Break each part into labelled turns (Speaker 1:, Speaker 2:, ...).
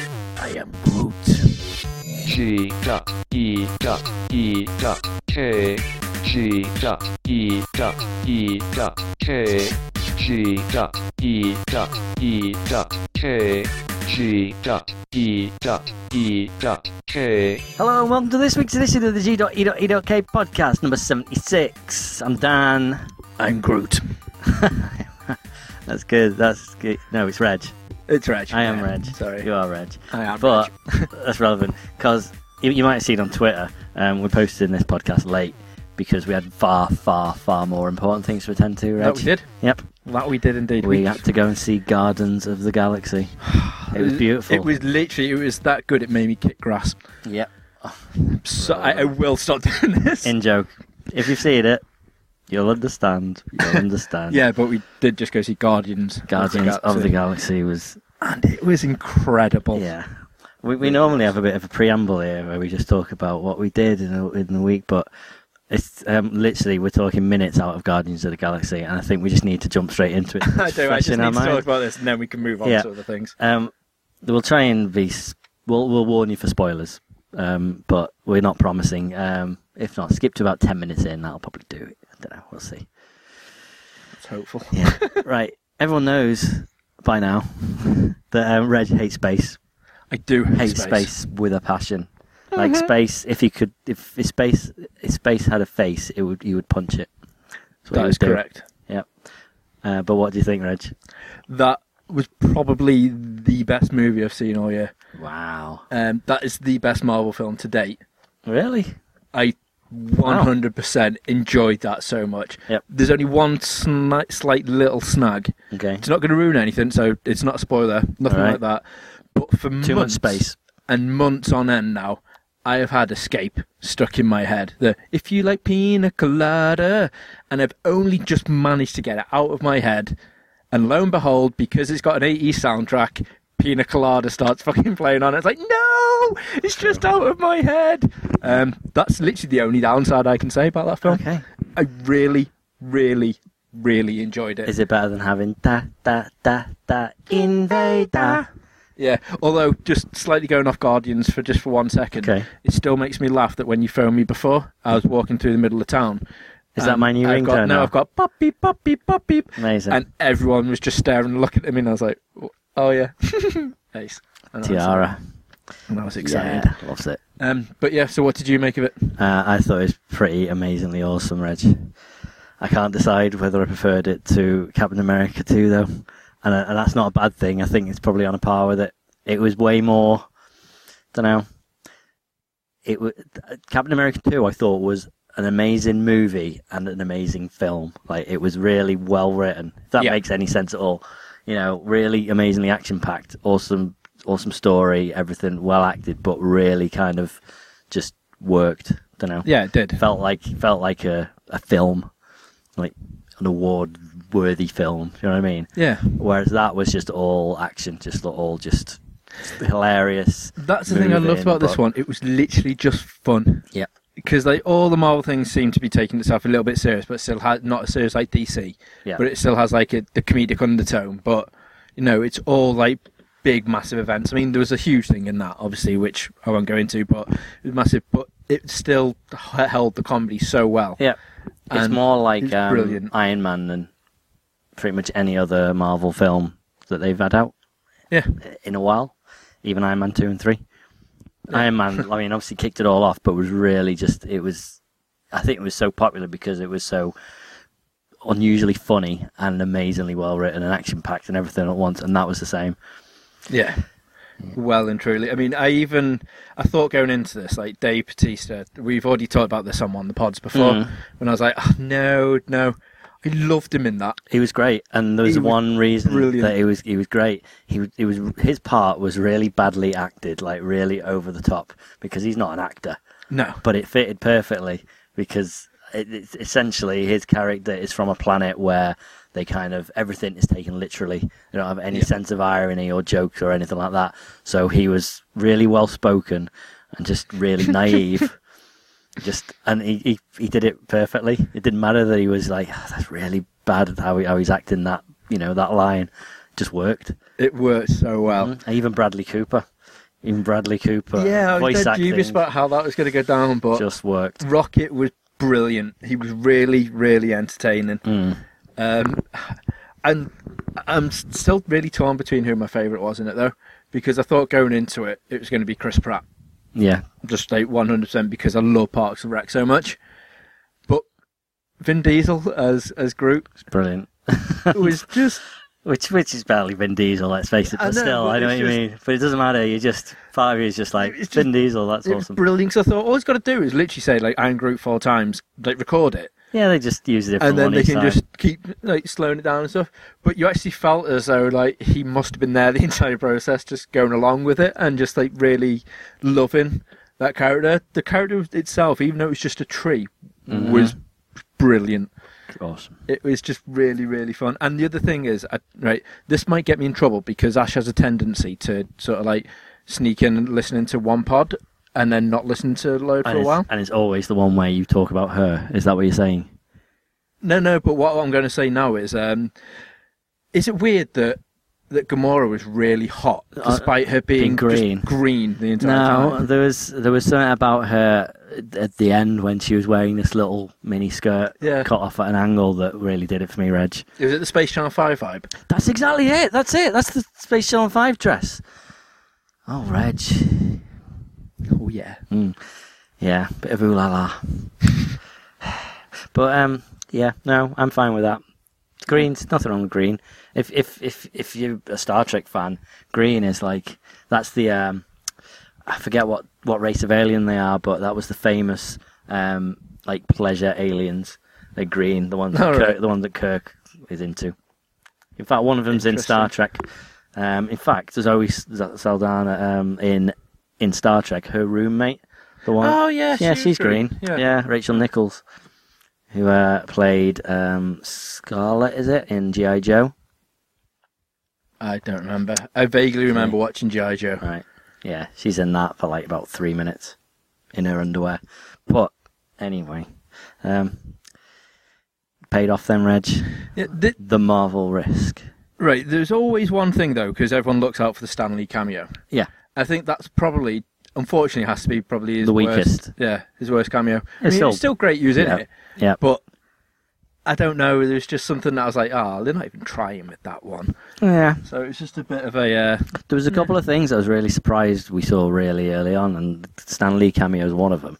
Speaker 1: am Groot.
Speaker 2: G dot E dot E dot K G dot E dot E dot K G dot E dot E dot K G dot E dot E dot K
Speaker 1: Hello and welcome to this week's edition of the E G.E.E.K podcast, number 76. I'm Dan.
Speaker 3: I'm Groot.
Speaker 1: That's good. That's good. No, it's Reg.
Speaker 3: It's Reg.
Speaker 1: I am
Speaker 3: Yeah,
Speaker 1: Reg.
Speaker 3: Sorry.
Speaker 1: You are Reg.
Speaker 3: I am
Speaker 1: but that's relevant because you, you might have seen on Twitter, um, we posted this podcast late because we had far, far, far more important things to attend to, Reg.
Speaker 3: That we did.
Speaker 1: Yep.
Speaker 3: That we did indeed.
Speaker 1: We had to go and see Gardens of the Galaxy. It was beautiful.
Speaker 3: It was literally. It was that good. It made me kick grass.
Speaker 1: Yep.
Speaker 3: So I, I will stop doing this.
Speaker 1: In joke. If you've seen it, you'll understand. You'll understand.
Speaker 3: yeah, but we did just go see Guardians. of the
Speaker 1: Guardians of the
Speaker 3: Galaxy.
Speaker 1: Galaxy was
Speaker 3: and it was incredible.
Speaker 1: Yeah. We, we normally have a bit of a preamble here where we just talk about what we did in the, in the week, but it's um, literally we're talking minutes out of Guardians of the Galaxy, and I think we just need to jump straight into it.
Speaker 3: I
Speaker 1: It's
Speaker 3: do. I
Speaker 1: fresh
Speaker 3: just
Speaker 1: in
Speaker 3: need
Speaker 1: our
Speaker 3: to talk
Speaker 1: mind.
Speaker 3: about this, and then we can move on
Speaker 1: Yeah.
Speaker 3: to other things.
Speaker 1: Um, we'll try and be. s- We'll, we'll warn you for spoilers, um, but we're not promising. Um, if not, skip to about 10 minutes in, that'll probably do it. I don't know. We'll see.
Speaker 3: It's hopeful.
Speaker 1: Yeah. right. Everyone knows by now that um, Reg hates space.
Speaker 3: I do
Speaker 1: hate space. with a passion. Like
Speaker 3: Uh-huh.
Speaker 1: space, if you could, if, if space, if space had a face, it would you would punch it. That's what
Speaker 3: That
Speaker 1: you
Speaker 3: is
Speaker 1: would do.
Speaker 3: correct.
Speaker 1: Yep. Uh, but what do you think, Reg?
Speaker 3: That was probably the best movie I've seen all year.
Speaker 1: Wow.
Speaker 3: Um, that is the best Marvel film to date.
Speaker 1: Really?
Speaker 3: I 100% enjoyed that so much.
Speaker 1: Yep.
Speaker 3: There's only one sni- slight little snag.
Speaker 1: Okay.
Speaker 3: It's not going to ruin anything, so it's not a spoiler, nothing like
Speaker 1: Alright.
Speaker 3: that. But for
Speaker 1: Too much
Speaker 3: months
Speaker 1: space.
Speaker 3: and months on end now, I have had escape stuck in my head. The if you like pina colada, and I've only just managed to get it out of my head. And lo and behold, because it's got an 80s soundtrack, pina colada starts fucking playing on it. It's like, no, it's just out of my head. Um, that's literally the only downside I can say about that film.
Speaker 1: Okay.
Speaker 3: I really, really, really enjoyed it.
Speaker 1: Is it better than having da da da da invader?
Speaker 3: Yeah, although just slightly going off Guardians for just for one second,
Speaker 1: Okay.
Speaker 3: it still makes me laugh that when you phoned me before, I was walking through the middle of town.
Speaker 1: Is that
Speaker 3: and
Speaker 1: my new
Speaker 3: I've got,
Speaker 1: ringtone
Speaker 3: No,
Speaker 1: now?
Speaker 3: I've got pop beep, pop beep, pop beep.
Speaker 1: Amazing.
Speaker 3: And everyone was just staring and looking at me, and I was like, oh yeah, ace. And I was-
Speaker 1: Tiara.
Speaker 3: and I was excited.
Speaker 1: Yeah, loves it.
Speaker 3: Um, but yeah, so what did you make of it?
Speaker 1: Uh, I thought it was pretty amazingly awesome, Reg. I can't decide whether I preferred it to Captain America 2, though. And, uh, and that's not a bad thing. I think it's probably on a par with it. It was way more. Don't know. It was Captain America 2. I thought was an amazing movie and an amazing film. Like it was really well written. If that
Speaker 3: Yeah.
Speaker 1: makes any sense at all, you know, really amazingly action packed, awesome, awesome story, everything well acted, but really kind of just worked. Don't know
Speaker 3: Yeah, it did.
Speaker 1: felt like felt like a, a film, like an award worthy film. You know what I mean?
Speaker 3: Yeah,
Speaker 1: Whereas that was just all action, just all just hilarious.
Speaker 3: that's the thing I loved
Speaker 1: moving,
Speaker 3: about this
Speaker 1: but-
Speaker 3: one. It was literally just fun.
Speaker 1: Yeah,
Speaker 3: because like all the Marvel things seem to be taking itself a little bit serious, but still has not as serious like DC.
Speaker 1: Yeah.
Speaker 3: But it still has like a, the comedic undertone. But you know, it's all like big, massive events. I mean, there was a huge thing in that, obviously, which I won't go into, but it was massive. But it still h- held the comedy so well.
Speaker 1: yeah. It's
Speaker 3: And
Speaker 1: more like
Speaker 3: it's
Speaker 1: um,
Speaker 3: brilliant.
Speaker 1: Iron Man than pretty much any other Marvel film that they've had out
Speaker 3: Yeah.
Speaker 1: in a while. Even Iron Man two and three. Iron Man, I mean, obviously kicked it all off, but was really just it was. I think it was so popular because it was so unusually funny and amazingly well written and action packed and everything at once, and that was the same.
Speaker 3: Yeah. Well and truly. I mean, I even I thought going into this, like Dave Batista, we've already talked about this on one of the pods before,
Speaker 1: Mhm.
Speaker 3: when I was like, oh, no, no, I loved him in that.
Speaker 1: He was great, and there was
Speaker 3: He was
Speaker 1: one reason
Speaker 3: brilliant.
Speaker 1: that he was he was great. He was- he was his part was really badly acted, like really over the top, because he's not an actor.
Speaker 3: No,
Speaker 1: but it fitted perfectly because it, it's essentially his character is from a planet where they kind of everything is taken literally. They don't have any
Speaker 3: Yeah.
Speaker 1: sense of irony or jokes or anything like that. So he was really well spoken and just really naive. Just and he, he he did it perfectly. It didn't matter that he was like "Ah, that's really bad how he, how he's acting that you know that line. Just worked. Mm-hmm.
Speaker 3: It worked so well.
Speaker 1: Even Bradley Cooper in Bradley Cooper.
Speaker 3: yeah, I was
Speaker 1: voice
Speaker 3: dead
Speaker 1: acting
Speaker 3: dubious about how that was going to go down, but
Speaker 1: just worked.
Speaker 3: Rocket was brilliant. He was really, really entertaining.
Speaker 1: Mm.
Speaker 3: Um, and I'm s- still really torn between who my favourite was in it though, because I thought going into it it was going to be Chris Pratt,
Speaker 1: Yeah,
Speaker 3: just like 100% because I love Parks and Rec so much. But Vin Diesel as as Groot
Speaker 1: it's brilliant.
Speaker 3: was just
Speaker 1: Which which is barely Vin Diesel, let's face it.
Speaker 3: I
Speaker 1: But
Speaker 3: know,
Speaker 1: still,
Speaker 3: but
Speaker 1: I know what
Speaker 3: it's
Speaker 1: you
Speaker 3: just-
Speaker 1: mean. But it doesn't matter. You just five years, just like
Speaker 3: It's just-
Speaker 1: Vin Diesel. That's
Speaker 3: it was
Speaker 1: awesome.
Speaker 3: brilliant. So I thought all he's got to do is literally say like I'm Groot four times, like record it,
Speaker 1: yeah, they just use a different
Speaker 3: and then
Speaker 1: one
Speaker 3: they
Speaker 1: each
Speaker 3: can
Speaker 1: time.
Speaker 3: just keep like slowing it down and stuff. But you actually felt as though like he must have been there the entire process, just going along with it and just like really loving that character. The character itself, even though it was just a tree,
Speaker 1: Mhm.
Speaker 3: was brilliant.
Speaker 1: awesome.
Speaker 3: It was just really really fun. And the other thing is, I, right, this might get me in trouble because Ash has a tendency to sort of like sneak in and listening to one pod and then not listen to load for
Speaker 1: And
Speaker 3: a
Speaker 1: it's,
Speaker 3: while.
Speaker 1: and it's always the one where you talk about her. Is that what you're saying?
Speaker 3: No, no. But what I'm going to say now is, um, is it weird that that Gamora was really hot despite her being,
Speaker 1: Uh, being green.
Speaker 3: just green the entire
Speaker 1: No,
Speaker 3: time?
Speaker 1: there was there was something about her at the end when she was wearing this little mini skirt
Speaker 3: Yeah.
Speaker 1: cut off at an angle that really did it for me, Reg.
Speaker 3: Is it the Space Channel Five vibe?
Speaker 1: That's exactly it. That's it. That's the Space Channel Five dress. Oh, Reg.
Speaker 3: Oh yeah.
Speaker 1: Mm. Yeah, bit of ooh la la. but um, yeah, no, I'm fine with that. Green's nothing wrong with green. If if if if you're a Star Trek fan, green is like that's the um, I forget what what race of alien they are, but that was the famous um like pleasure aliens. They're green, the ones that
Speaker 3: All
Speaker 1: Kirk,
Speaker 3: right.
Speaker 1: the one that Kirk is into. In fact, one of them's in Star Trek. Um, in fact, there's always Saldana um, in in Star Trek. Her roommate, the one
Speaker 3: Oh yeah.
Speaker 1: yeah,
Speaker 3: she
Speaker 1: she's
Speaker 3: was
Speaker 1: green. Yeah. Rachel Nichols, who uh, played um, Scarlet, is it in GI Joe?
Speaker 3: I don't remember. I vaguely remember watching GI Joe.
Speaker 1: Right. Yeah, she's in that for like about three minutes in her underwear. But anyway, um, paid off then, Reg.
Speaker 3: Yeah, th-
Speaker 1: The Marvel risk.
Speaker 3: right. There's always one thing though, because everyone looks out for the Stanley cameo.
Speaker 1: Yeah,
Speaker 3: I think that's probably, unfortunately, has to be probably his
Speaker 1: The
Speaker 3: Worst,
Speaker 1: weakest.
Speaker 3: yeah, his worst cameo. I mean,
Speaker 1: It's still-
Speaker 3: it's still great using
Speaker 1: yeah.
Speaker 3: it.
Speaker 1: yeah.
Speaker 3: But I don't know. There was just something that I was like, oh, they're not even trying with that one.
Speaker 1: Yeah.
Speaker 3: So it's just a bit of a. Uh,
Speaker 1: There was a couple of things I was really surprised we saw really early on, and Stan Lee cameo is one of them.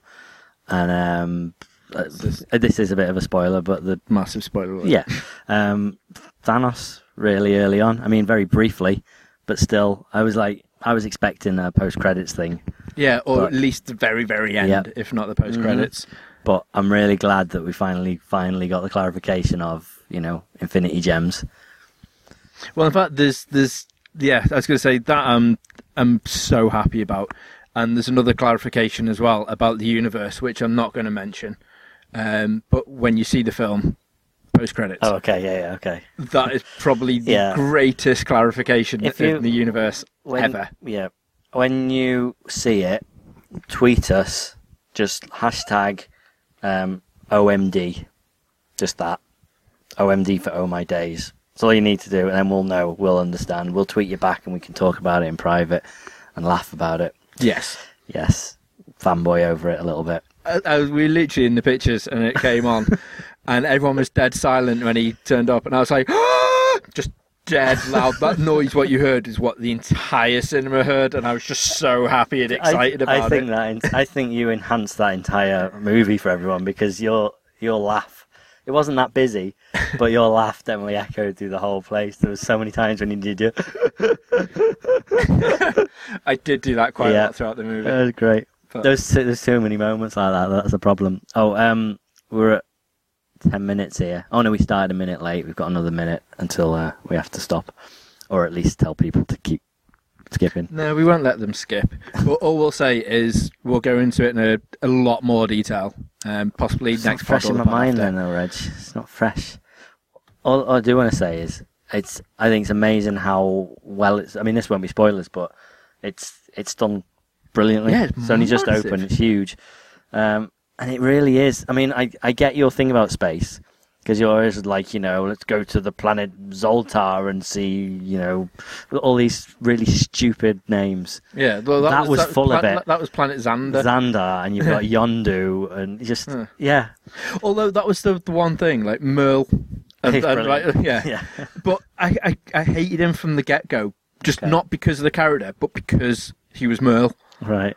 Speaker 1: And um, uh,
Speaker 3: just-
Speaker 1: this is a bit of a spoiler, but the
Speaker 3: massive spoiler alert.
Speaker 1: yeah, um, Thanos really early on. I mean, very briefly, but still, I was like, I was expecting a post credits thing,
Speaker 3: Yeah, or
Speaker 1: But- Mm-hmm.
Speaker 3: at least the very, very end,
Speaker 1: Yep.
Speaker 3: if not the post credits.
Speaker 1: but I'm really glad that we finally finally got the clarification of you know Infinity Gems.
Speaker 3: Well, in fact, there's. there's yeah, I was going to say that um, I'm so happy about. And there's another clarification as well about the universe, which I'm not going to mention. Um, but when you see the film, post credits,
Speaker 1: Oh, okay, yeah, yeah, okay.
Speaker 3: that is probably the
Speaker 1: Yeah.
Speaker 3: greatest clarification
Speaker 1: If you-
Speaker 3: in the universe
Speaker 1: when,
Speaker 3: ever.
Speaker 1: Yeah. When you see it, tweet us. Just hashtag um, OMD. Just that. OMD for Oh My Days. That's all you need to do, and then we'll know. We'll understand. We'll tweet you back, and we can talk about it in private and laugh about it.
Speaker 3: Yes.
Speaker 1: Yes. Fanboy over it a little bit.
Speaker 3: I, I, was- Uh, we were literally in the pictures and it came on, and everyone was dead silent when he turned up, and I was like, "Ah!" just dead loud. That noise, what you heard, is what the entire cinema heard, and I was just so happy and excited
Speaker 1: I,
Speaker 3: about
Speaker 1: I think
Speaker 3: it.
Speaker 1: that en- I think you enhanced that entire movie for everyone because your your laugh. It wasn't that busy, but your laugh definitely echoed through the whole place. There was so many times when you did your.
Speaker 3: I did do that quite a
Speaker 1: Yeah. Uh,
Speaker 3: lot throughout the movie.
Speaker 1: That was great.
Speaker 3: But-
Speaker 1: There's so, there's so many moments like that. That's a problem. Oh, um, we're at ten minutes here. Oh no, we started a minute late. We've got another minute until uh, we have to stop, or at least tell people to keep skipping.
Speaker 3: No, we won't let them skip. But all we'll say is we'll go into it in a, a lot more detail, um, possibly
Speaker 1: It's
Speaker 3: next
Speaker 1: not fresh
Speaker 3: pod or
Speaker 1: in
Speaker 3: the
Speaker 1: my
Speaker 3: pod
Speaker 1: mind
Speaker 3: after.
Speaker 1: then though reg it's not fresh all, all i do want to say is it's i think it's amazing how well it's i mean this won't be spoilers but it's it's done brilliantly
Speaker 3: Yeah, it's
Speaker 1: only just
Speaker 3: massive.
Speaker 1: open it's huge um, and it really is i mean i, I get your thing about space 'cause because you're always like, you know, let's go to the planet Zoltar and see, you know, all these really stupid names.
Speaker 3: Yeah, well, that,
Speaker 1: That was full
Speaker 3: pla-
Speaker 1: of it.
Speaker 3: That was Planet Xander.
Speaker 1: Xandar, and you've got Yondu, and just
Speaker 3: Huh.
Speaker 1: yeah,
Speaker 3: Although that was the, the one thing, like Merle. And,
Speaker 1: He's
Speaker 3: and, like,
Speaker 1: brilliant.
Speaker 3: yeah.
Speaker 1: yeah,
Speaker 3: But I, I, I hated him from the get go, just
Speaker 1: Okay.
Speaker 3: not because of the character, but because he was Merle.
Speaker 1: right,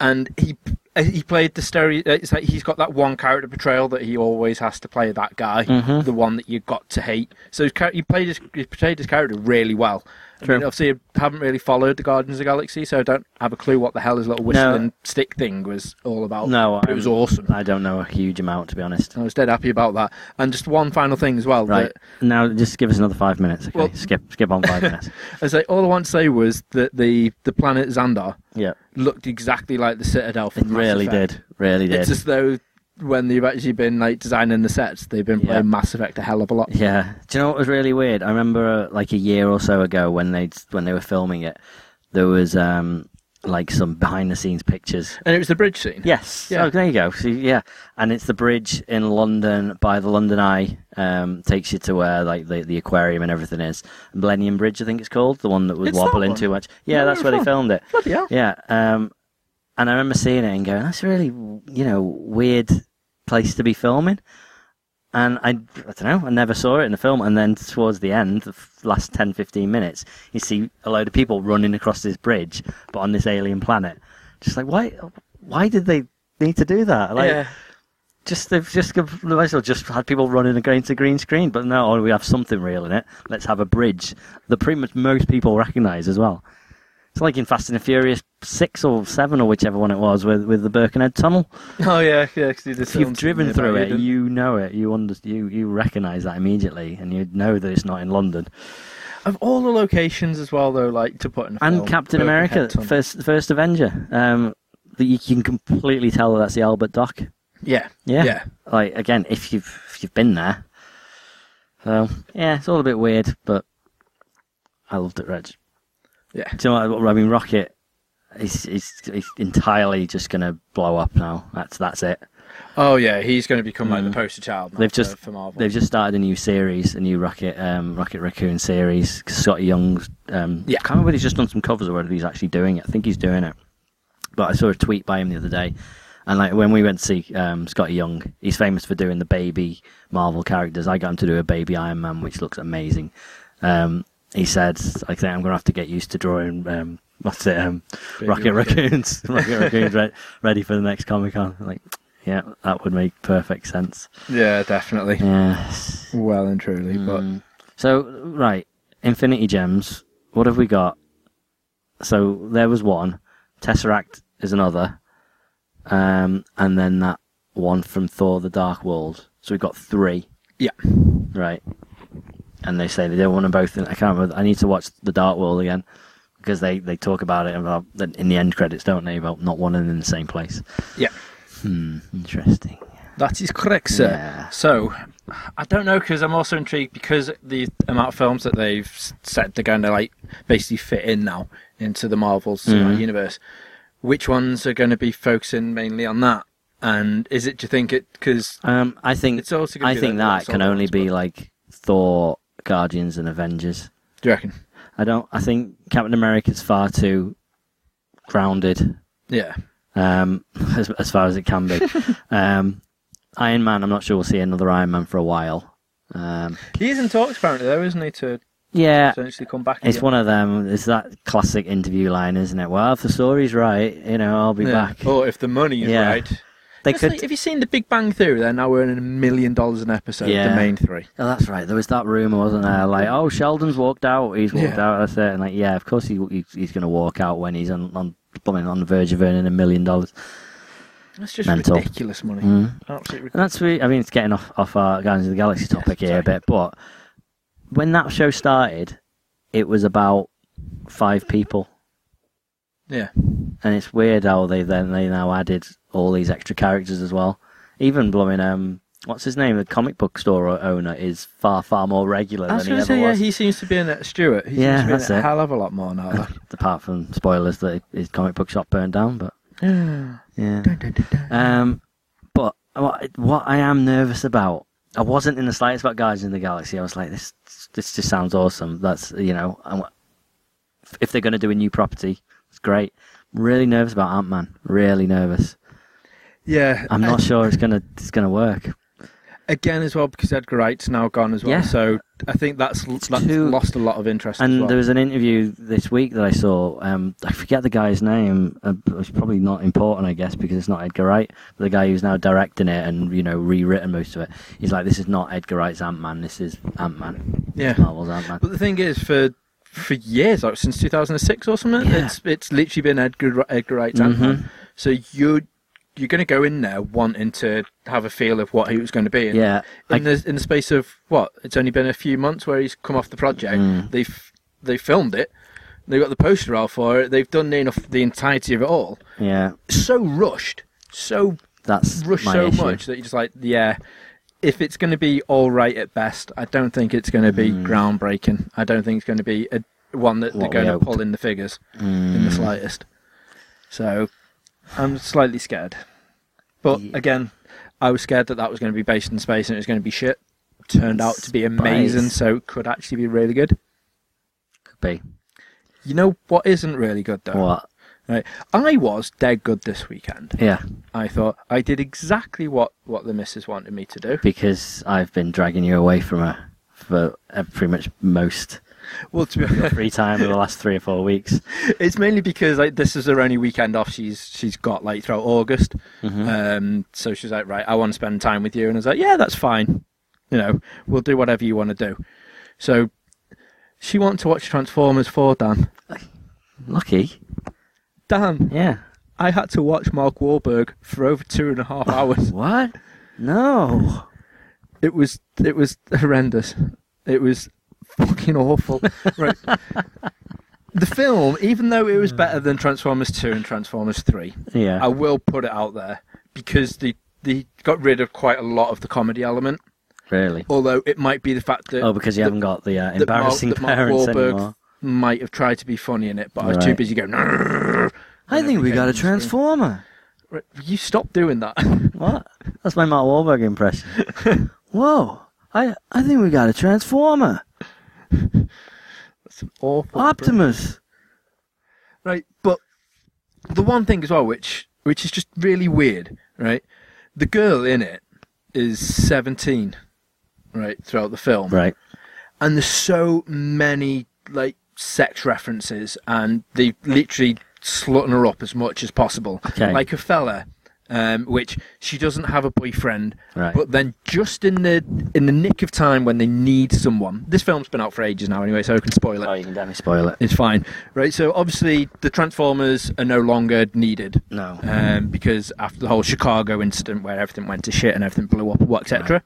Speaker 3: And he uh, he played the stereo. uh, It's like he's got that one character portrayal that he always has to play that guy,
Speaker 1: Mhm.
Speaker 3: the one that you got to hate. So his, char- he played his he portrayed his character really well. I
Speaker 1: True.
Speaker 3: mean, obviously, I haven't really followed the Guardians of the Galaxy, so I don't have a clue what the hell his little whistling stick thing was all about.
Speaker 1: No,
Speaker 3: Oh, but it was
Speaker 1: I'm-
Speaker 3: awesome.
Speaker 1: I don't know a huge amount to be honest.
Speaker 3: I was dead happy about that. And just one final thing as well.
Speaker 1: Right now, just give us another five minutes. Okay,
Speaker 3: Well-
Speaker 1: skip skip on five minutes.
Speaker 3: That, as I, all I want to say was that the, the planet Xandar
Speaker 1: Yeah,
Speaker 3: looked exactly like the Citadel.
Speaker 1: it
Speaker 3: From Mass
Speaker 1: really
Speaker 3: Effect.
Speaker 1: did, really did.
Speaker 3: It's as though when they've actually been like designing the sets, they've been
Speaker 1: Yeah.
Speaker 3: playing Mass Effect a hell of a lot.
Speaker 1: Yeah. Do you know what was really weird? I remember uh, like a year or so ago when they when they were filming it, there was um like some behind the scenes pictures.
Speaker 3: And it was the bridge scene.
Speaker 1: Yes.
Speaker 3: Yeah.
Speaker 1: Oh, there you go. So, yeah, and it's the bridge in London by the London Eye. Um, takes you to where like the, the aquarium and everything is. Millennium Bridge, I think it's called, the one that was
Speaker 3: It's that
Speaker 1: wobbling
Speaker 3: one?
Speaker 1: too much. Yeah,
Speaker 3: No,
Speaker 1: that's
Speaker 3: it's
Speaker 1: where they
Speaker 3: not.
Speaker 1: filmed it.
Speaker 3: Bloody hell.
Speaker 1: Yeah. Um, and I remember seeing it and going, that's a really, you know, weird place to be filming. And I, I don't know, I never saw it in the film. And then towards the end, the f- last 10, 15 minutes, you see a load of people running across this bridge, but on this alien planet. Just like, why, why did they need to do that? Like,
Speaker 3: yeah.
Speaker 1: just, they've just, they might as well just had people running against a green screen. But no, oh, we have something real in it. Let's have a bridge that pretty much most people recognize as well. It's like in Fast and the Furious 6 or 7 or whichever one it was with, with the Birkenhead Tunnel.
Speaker 3: Oh yeah, yeah. Cause they did
Speaker 1: If you've
Speaker 3: something
Speaker 1: driven
Speaker 3: about
Speaker 1: through it,
Speaker 3: didn't-
Speaker 1: you know it. You under, you you recognise that immediately, and you know that it's not in London.
Speaker 3: Of all the locations as well, though, like to put in. a
Speaker 1: And
Speaker 3: film,
Speaker 1: Captain
Speaker 3: Birkenhead
Speaker 1: America,
Speaker 3: Tunnel.
Speaker 1: first first Avenger, um, that you can completely tell that's the Albert Dock.
Speaker 3: Yeah.
Speaker 1: Yeah.
Speaker 3: Yeah.
Speaker 1: Like again, if you've if you've been there, so yeah, it's all a bit weird, but I loved it, Reg.
Speaker 3: Yeah.
Speaker 1: Do you know what, I mean, Rocket is is is entirely just going to blow up now. That's that's it.
Speaker 3: Oh yeah, he's going to become like the
Speaker 1: Mm.
Speaker 3: poster child. now
Speaker 1: They've
Speaker 3: for-
Speaker 1: just-
Speaker 3: for Marvel.
Speaker 1: They've just started a new series, a new Rocket um, Rocket Raccoon series. Scotty Young's. Um,
Speaker 3: Yeah.
Speaker 1: I can't remember whether he's just done some covers or whether he's actually doing it. I think he's doing it. But I saw a tweet by him the other day, and like when we went to see um, Scotty Young, he's famous for doing the baby Marvel characters. I got him to do a baby Iron Man, which looks amazing. Um, he said, "I think I'm going to have to get used to drawing." Um, What's it? Um,
Speaker 3: Baby
Speaker 1: Rocket
Speaker 3: Rocket.
Speaker 1: Raccoons. Rocket Raccoons re- ready for the next Comic Con. Like, yeah, that would make perfect sense.
Speaker 3: Yeah, definitely.
Speaker 1: Yes.
Speaker 3: Well and truly, but
Speaker 1: Mm. so right, Infinity Gems. What have we got? So there was one. Tesseract is another, um, and then that one from Thor: The Dark World. So we've got three,
Speaker 3: yeah.
Speaker 1: right? And they say they don't want them both. In, I can't remember. I need to watch The Dark World again because they, they talk about it about in the end credits, don't they? About not wanting them in the same place.
Speaker 3: Yeah.
Speaker 1: Hmm. Interesting.
Speaker 3: That is correct, sir.
Speaker 1: Yeah.
Speaker 3: So, I don't know because I'm also intrigued because the amount of films that they've s- said they're going to like basically fit in now into the Marvel Cinematic
Speaker 1: Mhm.
Speaker 3: Universe. Which ones are going to be focusing mainly on that? And is it? Do you think it? Because
Speaker 1: Um, I think
Speaker 3: it's also. Gonna
Speaker 1: I
Speaker 3: be like
Speaker 1: think that
Speaker 3: the
Speaker 1: can
Speaker 3: Solar
Speaker 1: only
Speaker 3: ones,
Speaker 1: be
Speaker 3: but-
Speaker 1: like Thor, Guardians, and Avengers.
Speaker 3: Do you reckon?
Speaker 1: I don't. I think Captain America's far too grounded,
Speaker 3: Yeah.
Speaker 1: um, as as far as it can be. um, Iron Man. I'm not sure we'll see another Iron Man for a while. Um,
Speaker 3: He's in talks apparently, though, isn't he, to
Speaker 1: yeah,
Speaker 3: potentially come back?
Speaker 1: it's
Speaker 3: again?
Speaker 1: one of them. It's that classic interview line, isn't it? Well, if the story's right, you know, I'll be
Speaker 3: Yeah. Oh,
Speaker 1: back.
Speaker 3: Or if the money's
Speaker 1: Yeah.
Speaker 3: right.
Speaker 1: they
Speaker 3: Honestly,
Speaker 1: could.
Speaker 3: Have you seen The Big Bang Theory? They're now earning a million dollars an episode. The
Speaker 1: Yeah.
Speaker 3: main three.
Speaker 1: Oh, that's right. There was that rumor, wasn't there? Like, oh, Sheldon's walked out. He's walked
Speaker 3: Mm. Yeah.
Speaker 1: out. That's it. And like, yeah, of course he, he he's going to walk out when he's on on plumbing on the verge of earning a million dollars.
Speaker 3: That's just
Speaker 1: Mental.
Speaker 3: ridiculous money.
Speaker 1: Mm.
Speaker 3: Absolutely ridiculous.
Speaker 1: And that's really, I mean, it's getting off off our Guardians of the Galaxy topic here a bit, but when that show started, it was about five people,
Speaker 3: Yeah.
Speaker 1: and it's weird how they then they now added all these extra characters as well. Even blooming um, what's his name? The comic book store owner is far far more regular
Speaker 3: I was
Speaker 1: than he
Speaker 3: going
Speaker 1: ever
Speaker 3: to say, yeah,
Speaker 1: was.
Speaker 3: he seems to be in it. Stewart. He
Speaker 1: Yeah,
Speaker 3: seems to be in
Speaker 1: that's
Speaker 3: it a
Speaker 1: it.
Speaker 3: hell of a lot more now.
Speaker 1: Apart from spoilers that his comic book shop burned down, but
Speaker 3: though. Dun,
Speaker 1: yeah.
Speaker 3: dun, dun, dun.
Speaker 1: Um, but what, what I am nervous about I wasn't in the slightest about Guardians of the Galaxy. I was like, this this just sounds awesome. That's you know, I'm, if they're going to do a new property, it's great. Really nervous about Ant Man. Really nervous.
Speaker 3: Yeah,
Speaker 1: I'm not sure it's gonna it's gonna work.
Speaker 3: again as well because Edgar Wright's now gone as well.
Speaker 1: Yeah.
Speaker 3: So I think that's, that's
Speaker 1: too-
Speaker 3: lost a lot of interest.
Speaker 1: And
Speaker 3: as well.
Speaker 1: there was an interview this week that I saw. Um, I forget the guy's name. Uh, it's probably not important, I guess, because it's not Edgar Wright. But the guy who's now directing it and you know rewritten most of it, he's like, "This is not Edgar Wright's Ant Man. This is Ant Man.
Speaker 3: Yeah.
Speaker 1: Marvel's Ant Man."
Speaker 3: But the thing is, for for years, like since 2006 or something,
Speaker 1: Yeah.
Speaker 3: it's it's literally been Edgar Edgar Wright's Ant-Man. So you you're going to go in there wanting to have a feel of what he was going to be. And
Speaker 1: Yeah,
Speaker 3: In
Speaker 1: I-
Speaker 3: the in the space of what? It's only been a few months where he's come off the project.
Speaker 1: Hmm.
Speaker 3: They've they filmed it. They got the poster out for it. They've done the enough the entirety of it all.
Speaker 1: yeah,
Speaker 3: So rushed. So
Speaker 1: that's
Speaker 3: rushed
Speaker 1: my
Speaker 3: so
Speaker 1: issue.
Speaker 3: much that you're just like, yeah. If it's going to be all right at best, I don't think it's going to be groundbreaking. I don't think it's going to be a, one that
Speaker 1: Hmm. What we
Speaker 3: they're going to
Speaker 1: hoped.
Speaker 3: pull in the figures in
Speaker 1: Mm,
Speaker 3: the slightest. So I'm slightly scared. But
Speaker 1: Yeah.
Speaker 3: again, I was scared that that was going to be based in space and it was going to be shit. Turned out to be amazing,
Speaker 1: Space.
Speaker 3: so it could actually be really good.
Speaker 1: Could be
Speaker 3: You know what isn't really good though?
Speaker 1: what?
Speaker 3: Right. I was dead good this weekend.
Speaker 1: Yeah,
Speaker 3: I thought I did exactly what, what the missus wanted me to do.
Speaker 1: because I've been dragging you away from her for uh, pretty much most
Speaker 3: Well, to be
Speaker 1: free time in the last three or four weeks.
Speaker 3: it's mainly because like this is her only weekend off she's she's got like throughout August.
Speaker 1: Mm-hmm.
Speaker 3: Um, so she's like, right, I want to spend time with you, and I was like, yeah, that's fine. You know, we'll do whatever you want to do. So she wanted to watch Transformers Four, Dan.
Speaker 1: Lucky,
Speaker 3: Dan,
Speaker 1: yeah.
Speaker 3: I had to watch Mark Wahlberg for over two and a half hours.
Speaker 1: What? No.
Speaker 3: it was it was horrendous. It was fucking awful. right. The film, even though it was better than Transformers Two and Transformers Three,
Speaker 1: Yeah.
Speaker 3: I will put it out there because they they got rid of quite a lot of the comedy element.
Speaker 1: Really?
Speaker 3: Although it might be the fact that
Speaker 1: Oh, because you
Speaker 3: that-
Speaker 1: haven't got the
Speaker 3: that
Speaker 1: uh,
Speaker 3: Mark-
Speaker 1: embarrassing
Speaker 3: that Mark
Speaker 1: parents
Speaker 3: Wahlberg
Speaker 1: anymore.
Speaker 3: might have tried to be funny in it, but I was too
Speaker 1: Right.
Speaker 3: busy going. "Arrgh."
Speaker 1: I think we got a
Speaker 3: Everything.
Speaker 1: transformer.
Speaker 3: Right, You stop doing that.
Speaker 1: What? That's my Mark Wahlberg impression. Whoa! I I think we got a transformer.
Speaker 3: That's an awful.
Speaker 1: Optimus.
Speaker 3: right? But the one thing as well, which which is just really weird, right? The girl in it is seventeen, right? Throughout the film,
Speaker 1: Right.
Speaker 3: and there's so many like sex references, and they literally slutting her up as much as possible,
Speaker 1: Okay.
Speaker 3: like a fella. Um, which she doesn't have a boyfriend,
Speaker 1: Right.
Speaker 3: but then just in the in the nick of time when they need someone, this film's been out for ages now anyway, so I can spoil it.
Speaker 1: Oh, you can definitely spoil it.
Speaker 3: It's fine, right? So obviously the Transformers are no longer needed
Speaker 1: No.
Speaker 3: um, because after the whole Chicago incident where everything went to shit and everything blew up, what etc.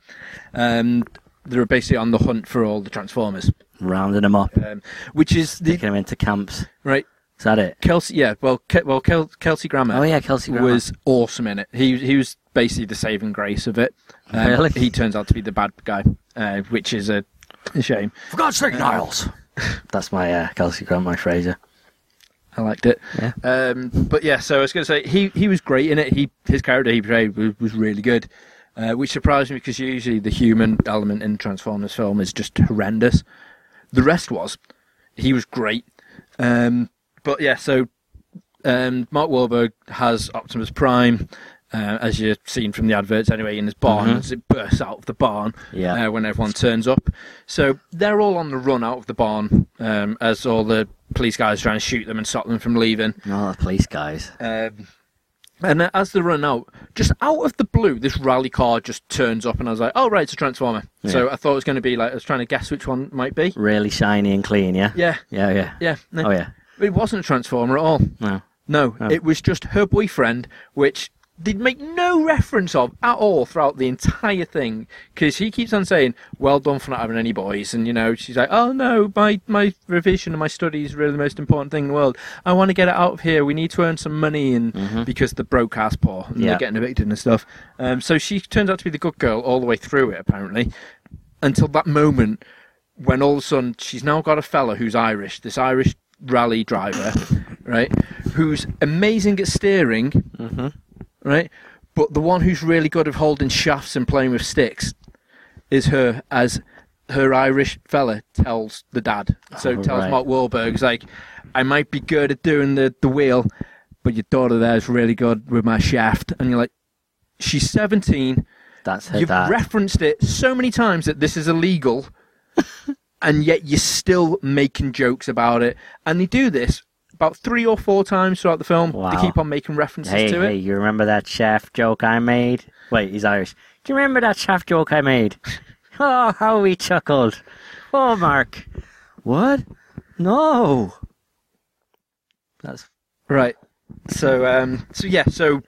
Speaker 3: Um, they were basically on the hunt for all the Transformers,
Speaker 1: Rounding them up,
Speaker 3: um, which is
Speaker 1: taking
Speaker 3: the
Speaker 1: them into camps.
Speaker 3: right
Speaker 1: Is that it?
Speaker 3: Kelsey. Yeah, well, Ke- well, Kel- Kelsey Grammer.
Speaker 1: Oh yeah, Kelsey Grammer.
Speaker 3: was awesome in it. He he was basically the saving grace of it. Um,
Speaker 1: Really?
Speaker 3: he turns out to be the bad guy, uh, which is a shame.
Speaker 1: for God's sake, Niles. That's my uh, Kelsey Grammer Fraser.
Speaker 3: I liked it.
Speaker 1: Yeah.
Speaker 3: Um, but yeah, so I was going to say he he was great in it. He his character he played was, was really good, uh, which surprised me because usually the human element in Transformers film is just horrendous. The rest was, he was great. Um, but yeah, so um, Mark Wahlberg has Optimus Prime. Uh, as you've seen from the adverts, anyway, in his barn, as it bursts out of the barn
Speaker 1: Mm-hmm. Yeah.
Speaker 3: uh, when everyone turns up. So they're all on the run out of the barn um, as all the police guys trying to shoot them and stop them from leaving.
Speaker 1: No, the police guys.
Speaker 3: Um, and as they run out, just out of the blue, this rally car just turns up, and I was like, "Oh right, it's a transformer." So I thought it was going to be like I was trying to guess which one it might be.
Speaker 1: Really shiny and clean. Yeah.
Speaker 3: Yeah,
Speaker 1: Yeah. Yeah.
Speaker 3: yeah. no.
Speaker 1: Oh yeah.
Speaker 3: It wasn't a transformer at all.
Speaker 1: No.
Speaker 3: No, it was just her boyfriend, which they'd make no reference of at all throughout the entire thing, because he keeps on saying, "Well done for not having any boys," and you know she's like, "Oh no, my my revision and my studies are really the most important thing in the world. I want to get it out of here. We need to earn some money, and because the broadcast poor and
Speaker 1: Yeah.
Speaker 3: they're getting evicted and stuff." Um, so she turns out to be the good girl all the way through it, apparently, until that moment when all of a sudden she's now got a fella who's Irish, this Irish rally driver, right, who's amazing at steering,
Speaker 1: Mm-hmm.
Speaker 3: right, but the one who's really good at holding shafts and playing with sticks is her as her Irish fella tells the dad. So
Speaker 1: Oh,
Speaker 3: tells
Speaker 1: right.
Speaker 3: Mark Wahlberg, he's like, I might be good at doing the, the wheel, but your daughter there is really good with my shaft. And you're like, she's 17.
Speaker 1: That's her
Speaker 3: You've
Speaker 1: dad.
Speaker 3: referenced it so many times that this is illegal, and yet you're still making jokes about it. And they do this about three or four times throughout the film. They
Speaker 1: Wow.
Speaker 3: keep on making references
Speaker 1: hey,
Speaker 3: to
Speaker 1: hey,
Speaker 3: it.
Speaker 1: you remember that chef joke I made? Wait, he's Irish. Do you remember that chef joke I made? Oh, how we chuckled. Oh, Mark. What? No. That's
Speaker 3: Right. So, um, so yeah, so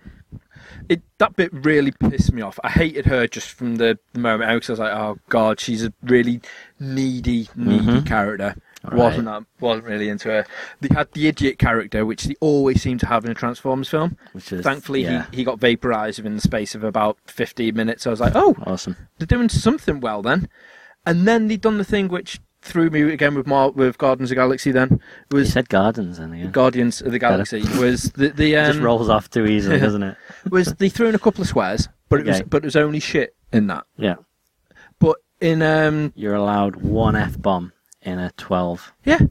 Speaker 3: it that bit really pissed me off. I hated her just from the, the moment out 'cause I was like, oh god, she's a really needy, needy
Speaker 1: Mhm.
Speaker 3: character.
Speaker 1: Right.
Speaker 3: Wasn't that, wasn't really into her. They had the idiot character, which they always seem to have in a Transformers film.
Speaker 1: which is
Speaker 3: Thankfully,
Speaker 1: yeah,
Speaker 3: he, he got vaporized within the space of about 15 minutes. I was like, oh,
Speaker 1: awesome.
Speaker 3: they're doing something well then. And then they'd done the thing which threw me again with Mar- with Guardians of the Galaxy then,
Speaker 1: You
Speaker 3: was
Speaker 1: said gardens, and again.
Speaker 3: Guardians of the Galaxy, was the, the
Speaker 1: it just
Speaker 3: um,
Speaker 1: rolls off too easily, doesn't it?
Speaker 3: was they threw in a couple of swears, but it was
Speaker 1: Okay.
Speaker 3: but it was only shit in that.
Speaker 1: Yeah.
Speaker 3: But in um
Speaker 1: You're allowed one f bomb in a 12.
Speaker 3: yeah,
Speaker 1: One.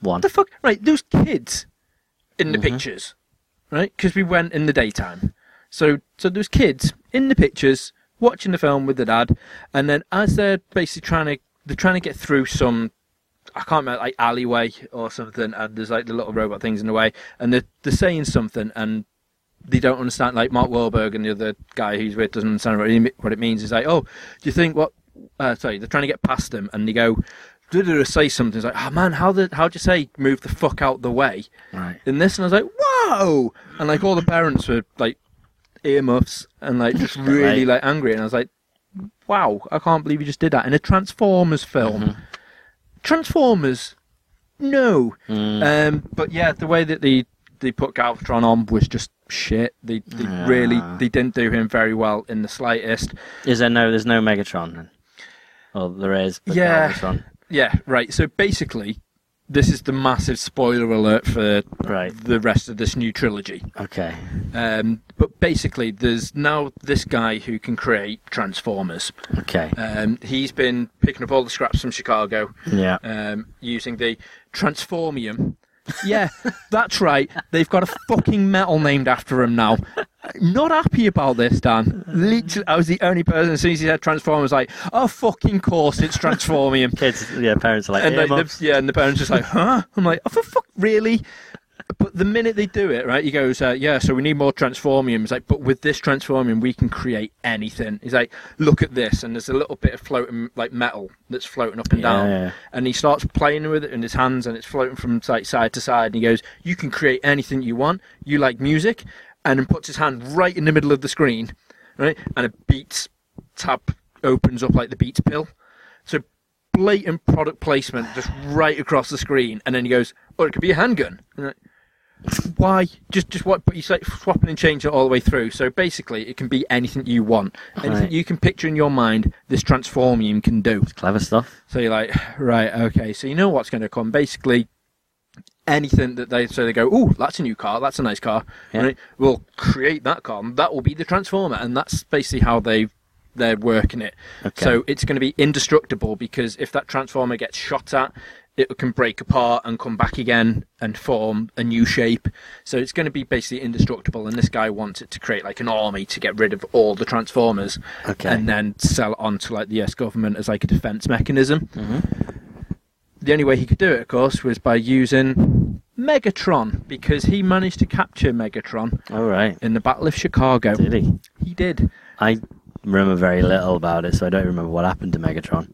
Speaker 3: what the fuck? Right, those kids in the
Speaker 1: Mhm.
Speaker 3: pictures, right? Because we went in the daytime, so so those kids in the pictures watching the film with the dad, and then as they're basically trying to they're trying to get through some. I can't remember, like alleyway or something, and there's like the little robot things in the way, and they're, they're saying something, and they don't understand. Like Mark Wahlberg and the other guy who's with doesn't understand what, he, what it means. He's like, "Oh, do you think what?" Uh, sorry, they're trying to get past them, and they go, "Do do do," say something?" It's like, "Oh man, how the how'd you say move the fuck out the way?"
Speaker 1: Right.
Speaker 3: In this, and I was like, "Whoa!" And like all the parents were like earmuffs and like just really like angry, and I was like, "Wow, I can't believe you just did that in a Transformers film." Transformers, no.
Speaker 1: Mm.
Speaker 3: Um, but yeah, the way that they they put Galvatron on was just shit. They they
Speaker 1: Yeah.
Speaker 3: really they didn't do him very well in the slightest.
Speaker 1: Is there no? There's no Megatron then. Well, there is. But
Speaker 3: Yeah.
Speaker 1: not Megatron.
Speaker 3: Yeah, right. So basically, this is the massive spoiler alert for
Speaker 1: Right.
Speaker 3: the rest of this new trilogy.
Speaker 1: Okay.
Speaker 3: Um, but basically, there's now this guy who can create Transformers.
Speaker 1: Okay.
Speaker 3: Um, he's been picking up all the scraps from Chicago,
Speaker 1: yeah.
Speaker 3: um, using the Transformium. Yeah, that's right. They've got a fucking metal named after him now. Not happy about this, Dan. Literally, I was the only person as soon as he said Transformers, like, oh fucking course, it's Transformium.
Speaker 1: Kids. Yeah. Parents are like.
Speaker 3: and like, the,
Speaker 1: "Earmuffs."
Speaker 3: yeah, and the parents just like, huh? I'm like, oh for fuck, really? But the minute they do it, right, he goes, uh, yeah, so we need more Transformium. He's like, but with this Transformium, we can create anything. He's like, look at this, and there's a little bit of floating, like metal that's floating up and
Speaker 1: Yeah,
Speaker 3: down
Speaker 1: yeah.
Speaker 3: and he starts playing with it in his hands and it's floating from like, side to side and he goes you can create anything you want you like music and then puts his hand right in the middle of the screen right and a beats tab opens up like the beats pill so blatant product placement just right across the screen and then he goes or it could be a handgun And I'm like, why just just what but you say swapping and changing it all the way through so basically it can be anything you want anything
Speaker 1: Right.
Speaker 3: you can picture in your mind this transformium can do
Speaker 1: Clever stuff.
Speaker 3: so you're like, right, okay. So you know what's going to come. Basically, anything that they so they go, oh, that's a new car. That's a nice car.
Speaker 1: Yeah.
Speaker 3: Right? We'll create that car. And that will be the transformer, and that's basically how they they're working it.
Speaker 1: Okay.
Speaker 3: So it's going to be indestructible because if that transformer gets shot at, it can break apart and come back again and form a new shape. So it's going to be basically indestructible. And this guy wants it to create like an army to get rid of all the transformers
Speaker 1: Okay.
Speaker 3: and then sell it on to like the US government as like a defense mechanism.
Speaker 1: Mm-hmm.
Speaker 3: The only way he could do it, of course, was by using Megatron because he managed to capture Megatron
Speaker 1: All right.
Speaker 3: in the Battle of Chicago.
Speaker 1: Did he?
Speaker 3: He did.
Speaker 1: I remember very little about it, so I don't remember what happened to Megatron.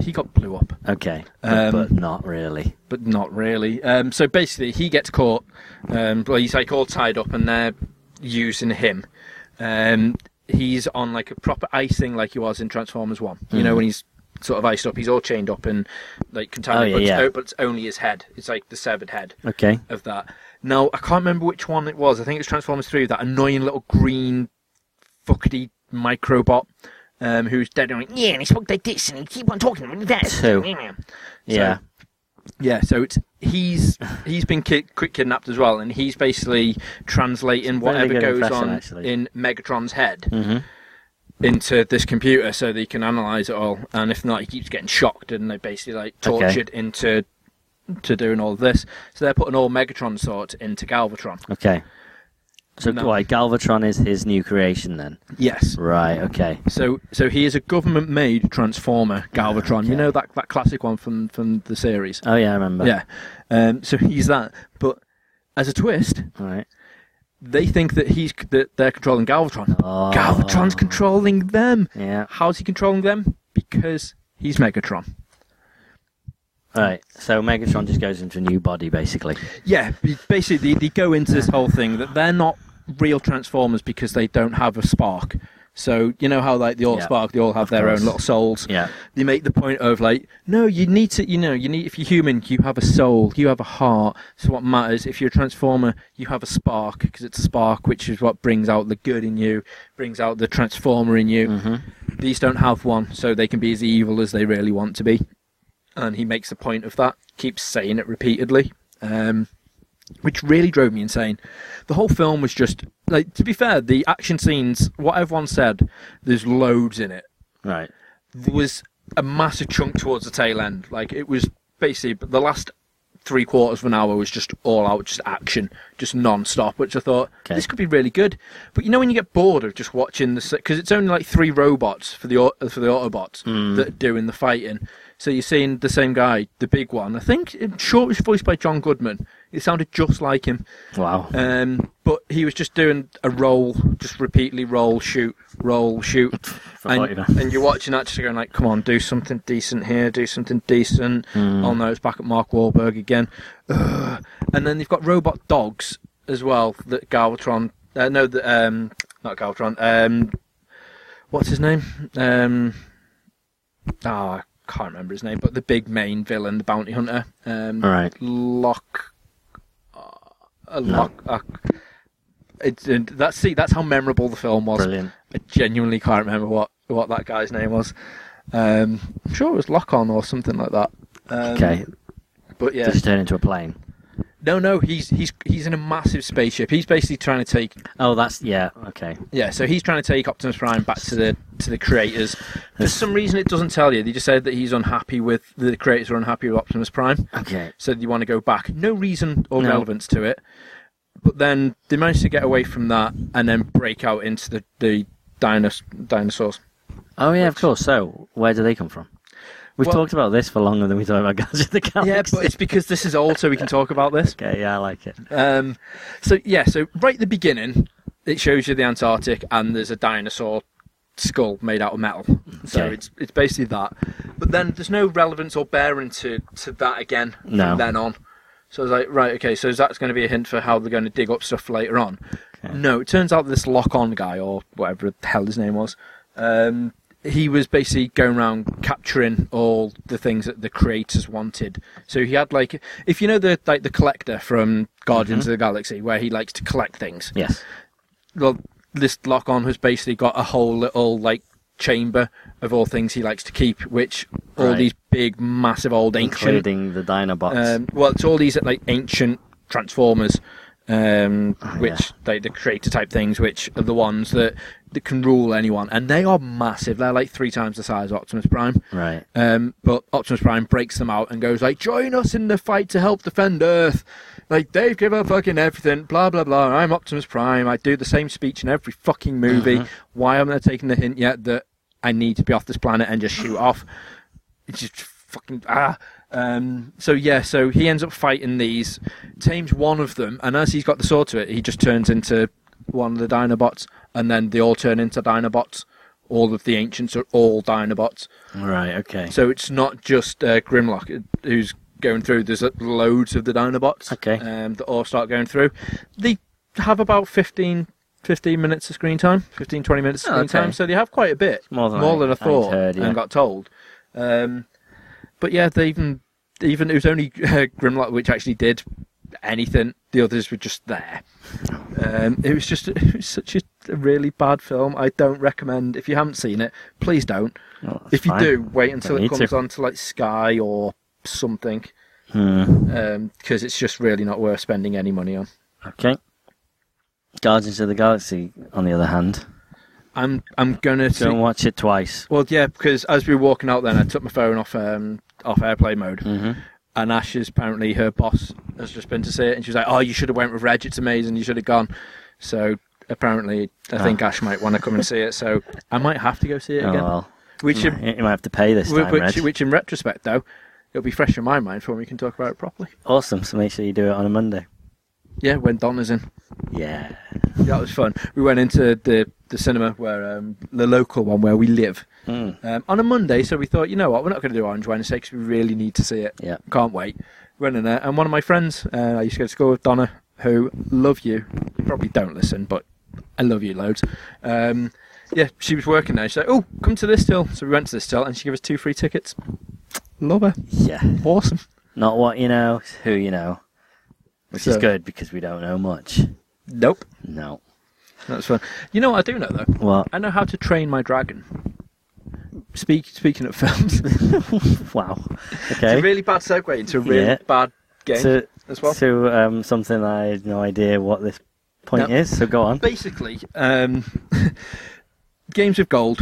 Speaker 3: He got blew up,
Speaker 1: Okay.
Speaker 3: Um,
Speaker 1: But, but not really.
Speaker 3: but not really. Um, so basically, he gets caught. Um, well, he's like all tied up, and they're using him. Um, he's on like a proper icing, like he was in Transformers One. You
Speaker 1: Mm.
Speaker 3: know when he's sort of iced up, he's all chained up and like contaminated,
Speaker 1: Oh, yeah,
Speaker 3: but,
Speaker 1: yeah.
Speaker 3: It's, but it's only his head. It's like the severed head.
Speaker 1: Okay.
Speaker 3: of that. Now I can't remember which one it was. I think it was Transformers Three. That annoying little green fuckety microbot um, who's dead. And like,
Speaker 4: Yeah, and he spoke like this, and he keep on talking really fast.
Speaker 1: Two.
Speaker 4: Yeah.
Speaker 1: Yeah.
Speaker 3: yeah, so it's he's he's been ki- quick kidnapped as well, and he's basically translating
Speaker 1: Really
Speaker 3: whatever
Speaker 1: good
Speaker 3: goes
Speaker 1: impression,
Speaker 3: on
Speaker 1: actually.
Speaker 3: in Megatron's head
Speaker 1: hmm
Speaker 3: into this computer so that he can analyze it all. And if not, he keeps getting shocked and they're basically like
Speaker 1: Okay.
Speaker 3: tortured into to doing all this. So they're putting all Megatron sorts into Galvatron.
Speaker 1: Okay. So
Speaker 3: No.
Speaker 1: why Galvatron is his new creation then?
Speaker 3: Yes.
Speaker 1: Right. Okay.
Speaker 3: So so he is a government made transformer Galvatron. You
Speaker 1: Okay.
Speaker 3: know that that classic one from from the series.
Speaker 1: Oh yeah, I remember.
Speaker 3: Yeah. Um, so he's that. But as a twist,
Speaker 1: All right.
Speaker 3: they think that he's that they're controlling Galvatron.
Speaker 1: Oh.
Speaker 3: Galvatron's controlling them.
Speaker 1: Yeah.
Speaker 3: How's he controlling them? Because he's Megatron.
Speaker 1: All right. So Megatron just goes into a new body basically.
Speaker 3: Yeah, b- basically they, they go into this whole thing that they're not real Transformers because they don't have a spark. So you know how like they all
Speaker 1: Yeah.
Speaker 3: spark, they all have their
Speaker 1: course.
Speaker 3: own little souls.
Speaker 1: Yeah.
Speaker 3: They make the point of like, no, you need to, you know, you need if you're human, you have a soul, you have a heart. So what matters if you're a Transformer, you have a spark because it's a spark which is what brings out the good in you, brings out the Transformer in you.
Speaker 1: Mm. Mm-hmm.
Speaker 3: These don't have one, so they can be as evil as they really want to be. And he makes a point of that, keeps saying it repeatedly. Um, which really drove me insane. The whole film was just like to be fair, the action scenes, what everyone said, there's loads in it.
Speaker 1: Right.
Speaker 3: There was a massive chunk towards the tail end. Like it was basically but the last three quarters of an hour was just all out, just action, just non-stop. Which I thought
Speaker 1: Okay.
Speaker 3: this could be really good. But you know when you get bored of just watching the because it's only like three robots for the au- for the Autobots that are doing the fighting. So you're seeing the same guy, the big one. I think I'm sure it was voiced by John Goodman. It sounded just like him.
Speaker 1: Wow.
Speaker 3: Um, but he was just doing a roll, just repeatedly roll, shoot, roll, shoot.
Speaker 1: forty
Speaker 3: and,
Speaker 1: then.
Speaker 3: and you're watching that just going like, come on, do something decent here, do something decent.
Speaker 1: Mm.
Speaker 3: Oh no, it's back at Mark Wahlberg again. Ugh. And then they've got robot dogs as well that Galvatron, uh, no, that, um, not Galvatron, um, what's his name? Um, oh, I can't remember his name, but the big main villain, the bounty hunter. Um,
Speaker 1: All right.
Speaker 3: Lock. Uh, lock. Uh, it's and that's see that's how memorable the film was.
Speaker 1: Brilliant.
Speaker 3: I genuinely can't remember what what that guy's name was. Um, I'm sure it was Lock On or something like that. Um,
Speaker 1: Okay.
Speaker 3: but yeah,
Speaker 1: Just turn into a plane.
Speaker 3: no, no, he's he's he's in a massive spaceship. He's basically trying to take
Speaker 1: Oh, that's yeah. Okay.
Speaker 3: yeah, so he's trying to take Optimus Prime back to the to the creators. For some reason, it doesn't tell you. They just said that he's unhappy with the creators are unhappy with Optimus Prime.
Speaker 1: Okay.
Speaker 3: so you want to go back. No reason or
Speaker 1: No.
Speaker 3: relevance to it. But then they managed to get away from that and then break out into the, the dinos- dinosaurs.
Speaker 1: Oh yeah, of course. So where do they come from? We've
Speaker 3: Well-
Speaker 1: talked about this for longer than we talked about Guardians of the Galaxy.
Speaker 3: Yeah, but it's because this is old, so we can talk about this.
Speaker 1: okay. Yeah, I like it.
Speaker 3: Um, so, yeah, so right at the beginning, it shows you the Antarctic and there's a dinosaur skull made out of metal. So
Speaker 1: Okay.
Speaker 3: it's it's basically that. But then there's no relevance or bearing to, to that again
Speaker 1: No.
Speaker 3: from then on. So I was like, right, okay, so that's going to be a hint for how they're going to dig up stuff later on.
Speaker 1: Okay.
Speaker 3: No, it turns out this lock on guy, or whatever the hell his name was, um, he was basically going around capturing all the things that the creators wanted. So he had like, if you know the like the collector from Guardians of the
Speaker 1: Mm-hmm.
Speaker 3: Galaxy, where he likes to collect things
Speaker 1: Yes.
Speaker 3: well, this lock on has basically got a whole little like chamber of all things he likes to keep, which all
Speaker 1: Right.
Speaker 3: these big, massive, old ancient.
Speaker 1: Including the Dinobots.
Speaker 3: Um, well, it's all these like ancient transformers, um,
Speaker 1: yeah.
Speaker 3: which like the creator type things, which are the ones that, that can rule anyone, and they are massive. They're like three times the size of Optimus Prime.
Speaker 1: right.
Speaker 3: Um, but Optimus Prime breaks them out and goes like, "Join us in the fight to help defend Earth." Like they've given up fucking everything, blah blah blah. I'm Optimus Prime. I do the same speech in every fucking movie. Why haven't I taken the hint yet that I need to be off this planet and just shoot off? It's just fucking ah. Um, so yeah, so he ends up fighting these, tames one of them, and as he's got the sword to it, he just turns into one of the Dinobots, and then they all turn into Dinobots. All of the ancients are all Dinobots.
Speaker 1: Right. Okay.
Speaker 3: So it's not just uh, Grimlock who's going through. There's uh, loads of the Dinobots
Speaker 1: Okay.
Speaker 3: um, that all start going through. They have about 15, 15 minutes of screen time, 15, 20 minutes of
Speaker 1: Oh,
Speaker 3: screen
Speaker 1: okay.
Speaker 3: time. So they have quite a bit.
Speaker 1: more than I-
Speaker 3: I,
Speaker 1: I'd
Speaker 3: thought
Speaker 1: heard, yeah.
Speaker 3: and got told. Um, but yeah, they even, even it was only uh, Grimlock which actually did anything. The others were just there. Um, it was just it was such a, a really bad film. I don't recommend if you haven't seen it, please don't.
Speaker 1: Well, Oh, that's
Speaker 3: If you
Speaker 1: fine.
Speaker 3: do, wait until
Speaker 1: need
Speaker 3: it comes
Speaker 1: to.
Speaker 3: on to like Sky or something,
Speaker 1: Hmm.
Speaker 3: because it's just really not worth spending any money on.
Speaker 1: Okay. Guardians of the Galaxy, on the other hand,
Speaker 3: I'm I'm gonna. see-
Speaker 1: Don't watch it twice.
Speaker 3: well, yeah, because as we were walking out, then I took my phone off um off airplay mode,
Speaker 1: Mm-hmm.
Speaker 3: and Ash is apparently her boss has just been to see it, and she was like, "Oh, you should have went with Reg. It's amazing. You should have gone." So apparently,
Speaker 1: Ah.
Speaker 3: I think Ash might want to come and see it. So I might have to go see it
Speaker 1: Oh,
Speaker 3: again.
Speaker 1: well.
Speaker 3: which,
Speaker 1: You
Speaker 3: in,
Speaker 1: might you might have to pay this time,
Speaker 3: which,
Speaker 1: Reg.
Speaker 3: which, in retrospect, though, it'll be fresh in my mind for when we can talk about it properly.
Speaker 1: Awesome. So make sure you do it on a Monday.
Speaker 3: Yeah, when Don is in.
Speaker 1: Yeah.
Speaker 3: That was fun. We went into the, the cinema where um, the local one where we live
Speaker 1: Mm.
Speaker 3: um, on a Monday. So we thought, you know what, we're not going to do Orange Wednesday because we really need to see it.
Speaker 1: Yeah.
Speaker 3: Can't wait. Went in there, and one of my friends uh, I used to go to school with, Donna, who love you. You probably don't listen, but I love you loads. Um, yeah, she was working there. She said, "Oh, come to this till." So we went to this till, and she gave us two free tickets. Love her.
Speaker 1: Yeah.
Speaker 3: Awesome.
Speaker 1: Not what you know, it's who you know. Which is
Speaker 3: So-
Speaker 1: good because we don't know much.
Speaker 3: Nope.
Speaker 1: No.
Speaker 3: That's fun. You know what I do know though.
Speaker 1: Well,
Speaker 3: I know how to train my dragon. Speak, speaking of films, it's
Speaker 1: wow.
Speaker 3: a
Speaker 1: Okay.
Speaker 3: really bad segue into a really
Speaker 1: Yeah.
Speaker 3: bad game
Speaker 1: To,
Speaker 3: as well.
Speaker 1: to um, something I had no idea what this point
Speaker 3: No.
Speaker 1: is, so go on.
Speaker 3: Basically, um, games of gold.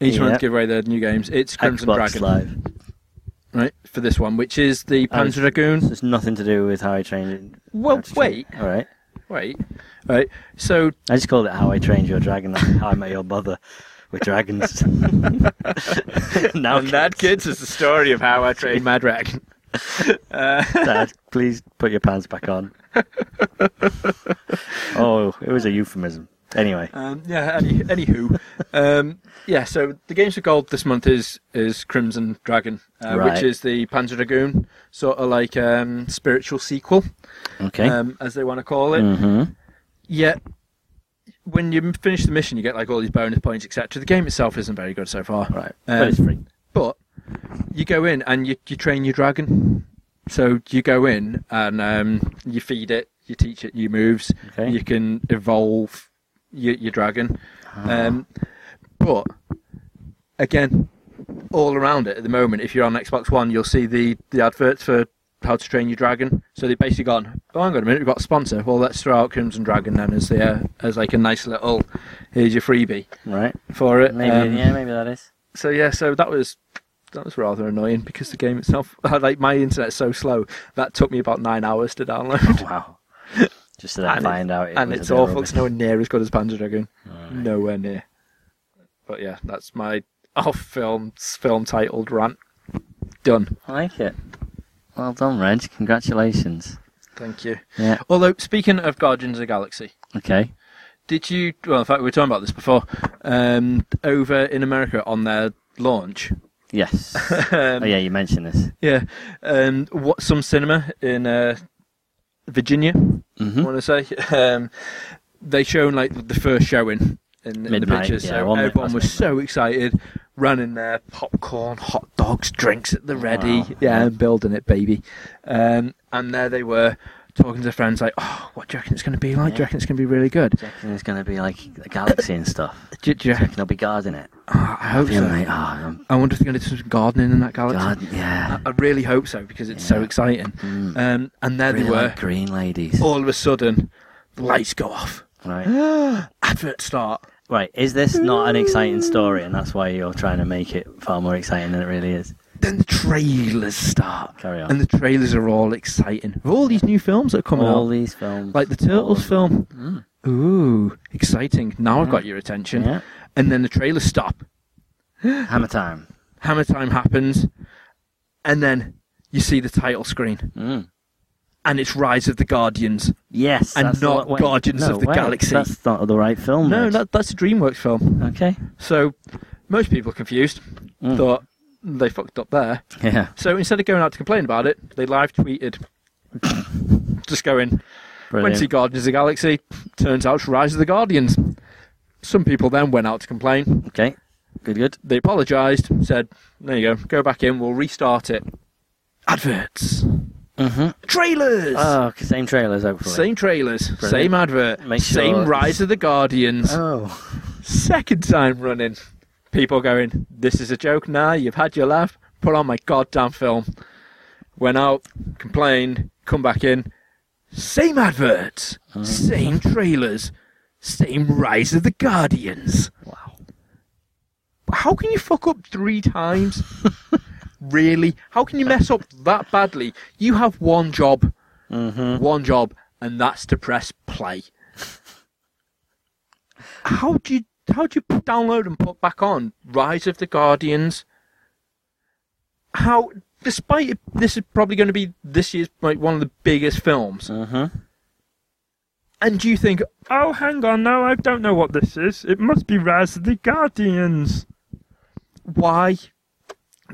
Speaker 3: Each
Speaker 1: Yeah.
Speaker 3: month give away the new games. It's Crimson
Speaker 1: Xbox
Speaker 3: Dragon,
Speaker 1: Live.
Speaker 3: right? For this one, which is the
Speaker 1: Oh,
Speaker 3: Panzer
Speaker 1: it's-
Speaker 3: Dragoon.
Speaker 1: It's nothing to do with how I trained.
Speaker 3: Well,
Speaker 1: how to train-
Speaker 3: wait.
Speaker 1: All right.
Speaker 3: Wait, right? So
Speaker 1: I just called it "How I Trained Your Dragon," like how I met your mother with dragons. now,
Speaker 3: and that, kids, is the story of how I trained my dragon.
Speaker 1: Dad, please put your pants back on. oh, it was a euphemism. Anyway,
Speaker 3: Um, yeah. Any, anywho, um, yeah. So the games of gold this month is is Crimson Dragon, uh, which
Speaker 1: Right.
Speaker 3: is the Panzer Dragoon sort of like um, spiritual sequel,
Speaker 1: okay.
Speaker 3: um, as they want to call it.
Speaker 1: hmm
Speaker 3: Yet, when you m- finish the mission, you get like all these bonus points, etc. The game itself isn't very good so far,
Speaker 1: Right,
Speaker 3: um,
Speaker 1: but it's free.
Speaker 3: But you go in and you you train your dragon. So you go in and um, you feed it, you teach it new moves,
Speaker 1: Okay.
Speaker 3: you can evolve your, your dragon.
Speaker 1: Ah.
Speaker 3: Um, but again, all around it at the moment, if you're on Xbox One, you'll see the, the adverts for how to train your dragon. So they've basically gone, oh, hang on a minute, we've got a sponsor. Well, let's throw out Crimson Dragon then as, the, uh, as like a nice little, here's your freebie
Speaker 1: Right.
Speaker 3: for it.
Speaker 1: Maybe.
Speaker 3: Um,
Speaker 1: yeah. Maybe that is.
Speaker 3: So yeah, so that was that was rather annoying because the game itself, like my internet's so slow, that took me about nine hours to download.
Speaker 1: Wow. Just to then
Speaker 3: And it-
Speaker 1: find out. It
Speaker 3: and
Speaker 1: was a
Speaker 3: it's
Speaker 1: bit
Speaker 3: awful.
Speaker 1: rubbish.
Speaker 3: It's nowhere near as good as Panzer Dragoon.
Speaker 1: Alright.
Speaker 3: Nowhere near. But yeah, that's my off film film titled rant. Done.
Speaker 1: I like it. Well done, Reg. Congratulations.
Speaker 3: Thank you.
Speaker 1: Yeah.
Speaker 3: Although speaking of Guardians of the Galaxy,
Speaker 1: Okay.
Speaker 3: did you? Well, in fact, we were talking about this before. Um, over in America on their launch.
Speaker 1: Yes.
Speaker 3: Um,
Speaker 1: oh yeah, you mentioned this.
Speaker 3: Yeah. Um, what some cinema in uh, Virginia, I
Speaker 1: hmm
Speaker 3: want to say, um, they shown like the first showing in, in the
Speaker 1: Midnight,
Speaker 3: pictures.
Speaker 1: yeah,
Speaker 3: so
Speaker 1: one minute
Speaker 3: everyone
Speaker 1: past
Speaker 3: was so excited, ran in there, popcorn, hot dogs, drinks at the ready.
Speaker 1: Wow.
Speaker 3: Yeah, and building it, baby. Um, and there they were talking to friends like, "Oh, what do you reckon it's going to be like? Do you
Speaker 1: Yeah.
Speaker 3: reckon it's going to be really good?
Speaker 1: Do you reckon there's going to be like a galaxy and stuff?
Speaker 3: Do, do you
Speaker 1: Do you
Speaker 3: reckon?
Speaker 1: reckon there'll be guarding it?
Speaker 3: Oh, I hope
Speaker 1: Feeling
Speaker 3: so.
Speaker 1: like, oh, I'm
Speaker 3: I wonder if they're going to do some gardening in that galaxy.
Speaker 1: guard, yeah.
Speaker 3: I, uh, I really hope so because it's so
Speaker 1: Yeah.
Speaker 3: exciting.
Speaker 1: Mm.
Speaker 3: Um, and there
Speaker 1: really
Speaker 3: they were.
Speaker 1: like green ladies.
Speaker 3: all of a sudden, the lights go off.
Speaker 1: Right,
Speaker 3: Advert start.
Speaker 1: right. Is this not an exciting story, and that's why you're trying to make it far more exciting than it really is?
Speaker 3: Then the trailers start.
Speaker 1: Carry on.
Speaker 3: And the trailers are all exciting. With all these new films that are coming
Speaker 1: All
Speaker 3: out.
Speaker 1: these films,
Speaker 3: Like the Turtles film.
Speaker 1: Mm.
Speaker 3: Ooh, exciting. Now I've got your attention.
Speaker 1: Yeah.
Speaker 3: And then the trailers stop.
Speaker 1: Hammer Time.
Speaker 3: Hammer time happens. And then you see the title screen.
Speaker 1: Mm.
Speaker 3: And it's Rise of the Guardians.
Speaker 1: Yes,
Speaker 3: And
Speaker 1: that's the-
Speaker 3: not
Speaker 1: wait,
Speaker 3: Guardians
Speaker 1: no,
Speaker 3: of the
Speaker 1: wait,
Speaker 3: Galaxy.
Speaker 1: That's not the right film.
Speaker 3: No,
Speaker 1: Reg.
Speaker 3: that, that's a DreamWorks film.
Speaker 1: okay.
Speaker 3: So most people are confused.
Speaker 1: Mm.
Speaker 3: Thought they fucked up there.
Speaker 1: Yeah,
Speaker 3: So instead of going out to complain about it, they live tweeted. Just going, went to see
Speaker 1: brilliant.
Speaker 3: Guardians of the Galaxy, turns out it's Rise of the Guardians. Some people then went out to complain.
Speaker 1: Okay, good, good.
Speaker 3: They apologised, said, there you go, go back in, we'll restart it. Adverts.
Speaker 1: Mm-hmm.
Speaker 3: Trailers!
Speaker 1: Oh, okay, same trailers, hopefully.
Speaker 3: same trailers,
Speaker 1: Brilliant.
Speaker 3: same advert,
Speaker 1: Make sure
Speaker 3: same
Speaker 1: it's-
Speaker 3: Rise of the Guardians.
Speaker 1: Oh,
Speaker 3: Second time running. People going, this is a joke now, you've had your laugh, put on my goddamn film. Went out, complained, come back in. Same adverts, same trailers, same Rise of the Guardians.
Speaker 1: wow.
Speaker 3: how can you fuck up three times? really? How can you mess up that badly? You have one job,
Speaker 1: hmm
Speaker 3: one job, and that's to press play. How do you how do you download and put back on Rise of the Guardians? How, despite it, this is probably going to be this year's like one of the biggest films,
Speaker 1: hmm
Speaker 3: and you think,
Speaker 5: Oh, hang on now, I don't know what this is. It must be Raz of the Guardians.
Speaker 3: why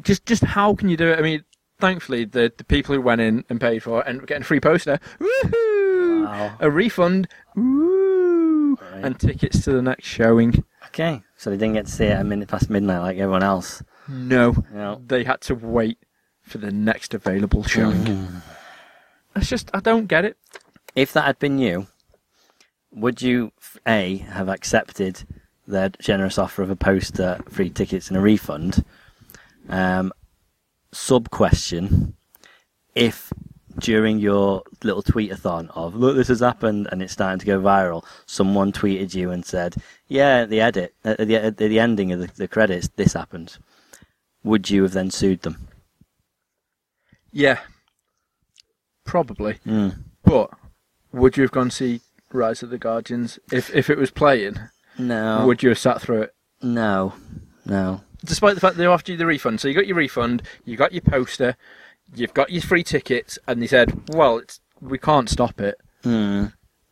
Speaker 3: just just how can you do it i mean thankfully the the people who went in and paid for it and were getting a free poster woohoo
Speaker 1: Wow.
Speaker 3: a refund woo
Speaker 1: Right.
Speaker 3: and tickets to the next showing
Speaker 1: Okay. So they didn't get to see it a minute past midnight like everyone else.
Speaker 3: no
Speaker 1: No.
Speaker 3: they had to wait for the next available showing
Speaker 1: Mm.
Speaker 3: that's just i don't get it
Speaker 1: If that had been you, would you f- a have accepted their generous offer of a poster, free tickets, and a refund? Um, sub question: If during your little tweetathon of look, this has happened and it's starting to go viral, someone tweeted you and said, "Yeah, at the edit at the, at the ending of the, the credits, this happened." Would you have then sued them?
Speaker 3: yeah probably
Speaker 1: Hmm.
Speaker 3: but would you have gone see rise of the guardians if if it was playing
Speaker 1: No.
Speaker 3: would you have sat through it
Speaker 1: no. No.
Speaker 3: despite the fact they offered you the refund. So you got your refund, you got your poster, you've got your free tickets, and they said, "Well, it's we can't stop it.
Speaker 1: Hmm.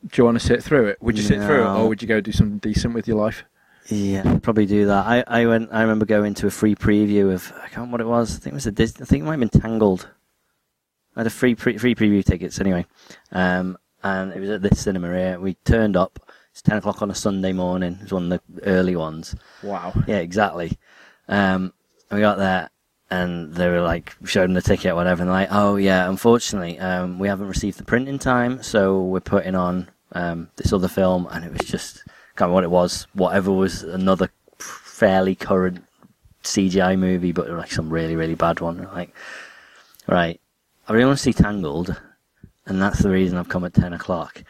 Speaker 3: Do you want to sit through it? Would you sit through it,
Speaker 1: No.
Speaker 3: or would you go do something decent with your life?"
Speaker 1: Yeah, I'd probably do that. I, I went. I remember going to a free preview of I can't remember what it was. I think it was a Disney. I think it might have been Tangled. I had a free pre- free preview tickets anyway, um, and it was at this cinema here. We turned up. It's ten o'clock on a Sunday morning. It was one of the early ones.
Speaker 3: Wow.
Speaker 1: Yeah, exactly. Um, and we got there, and they were like, showed them the ticket, whatever, and they're like, oh yeah, unfortunately, um, we haven't received the print in time, so we're putting on um, this other film, and it was just can't remember what it was, whatever was another fairly current CGI movie, but like some really really bad one. And I'm Like, right, I really want to see Tangled, and that's the reason I've come at ten o'clock.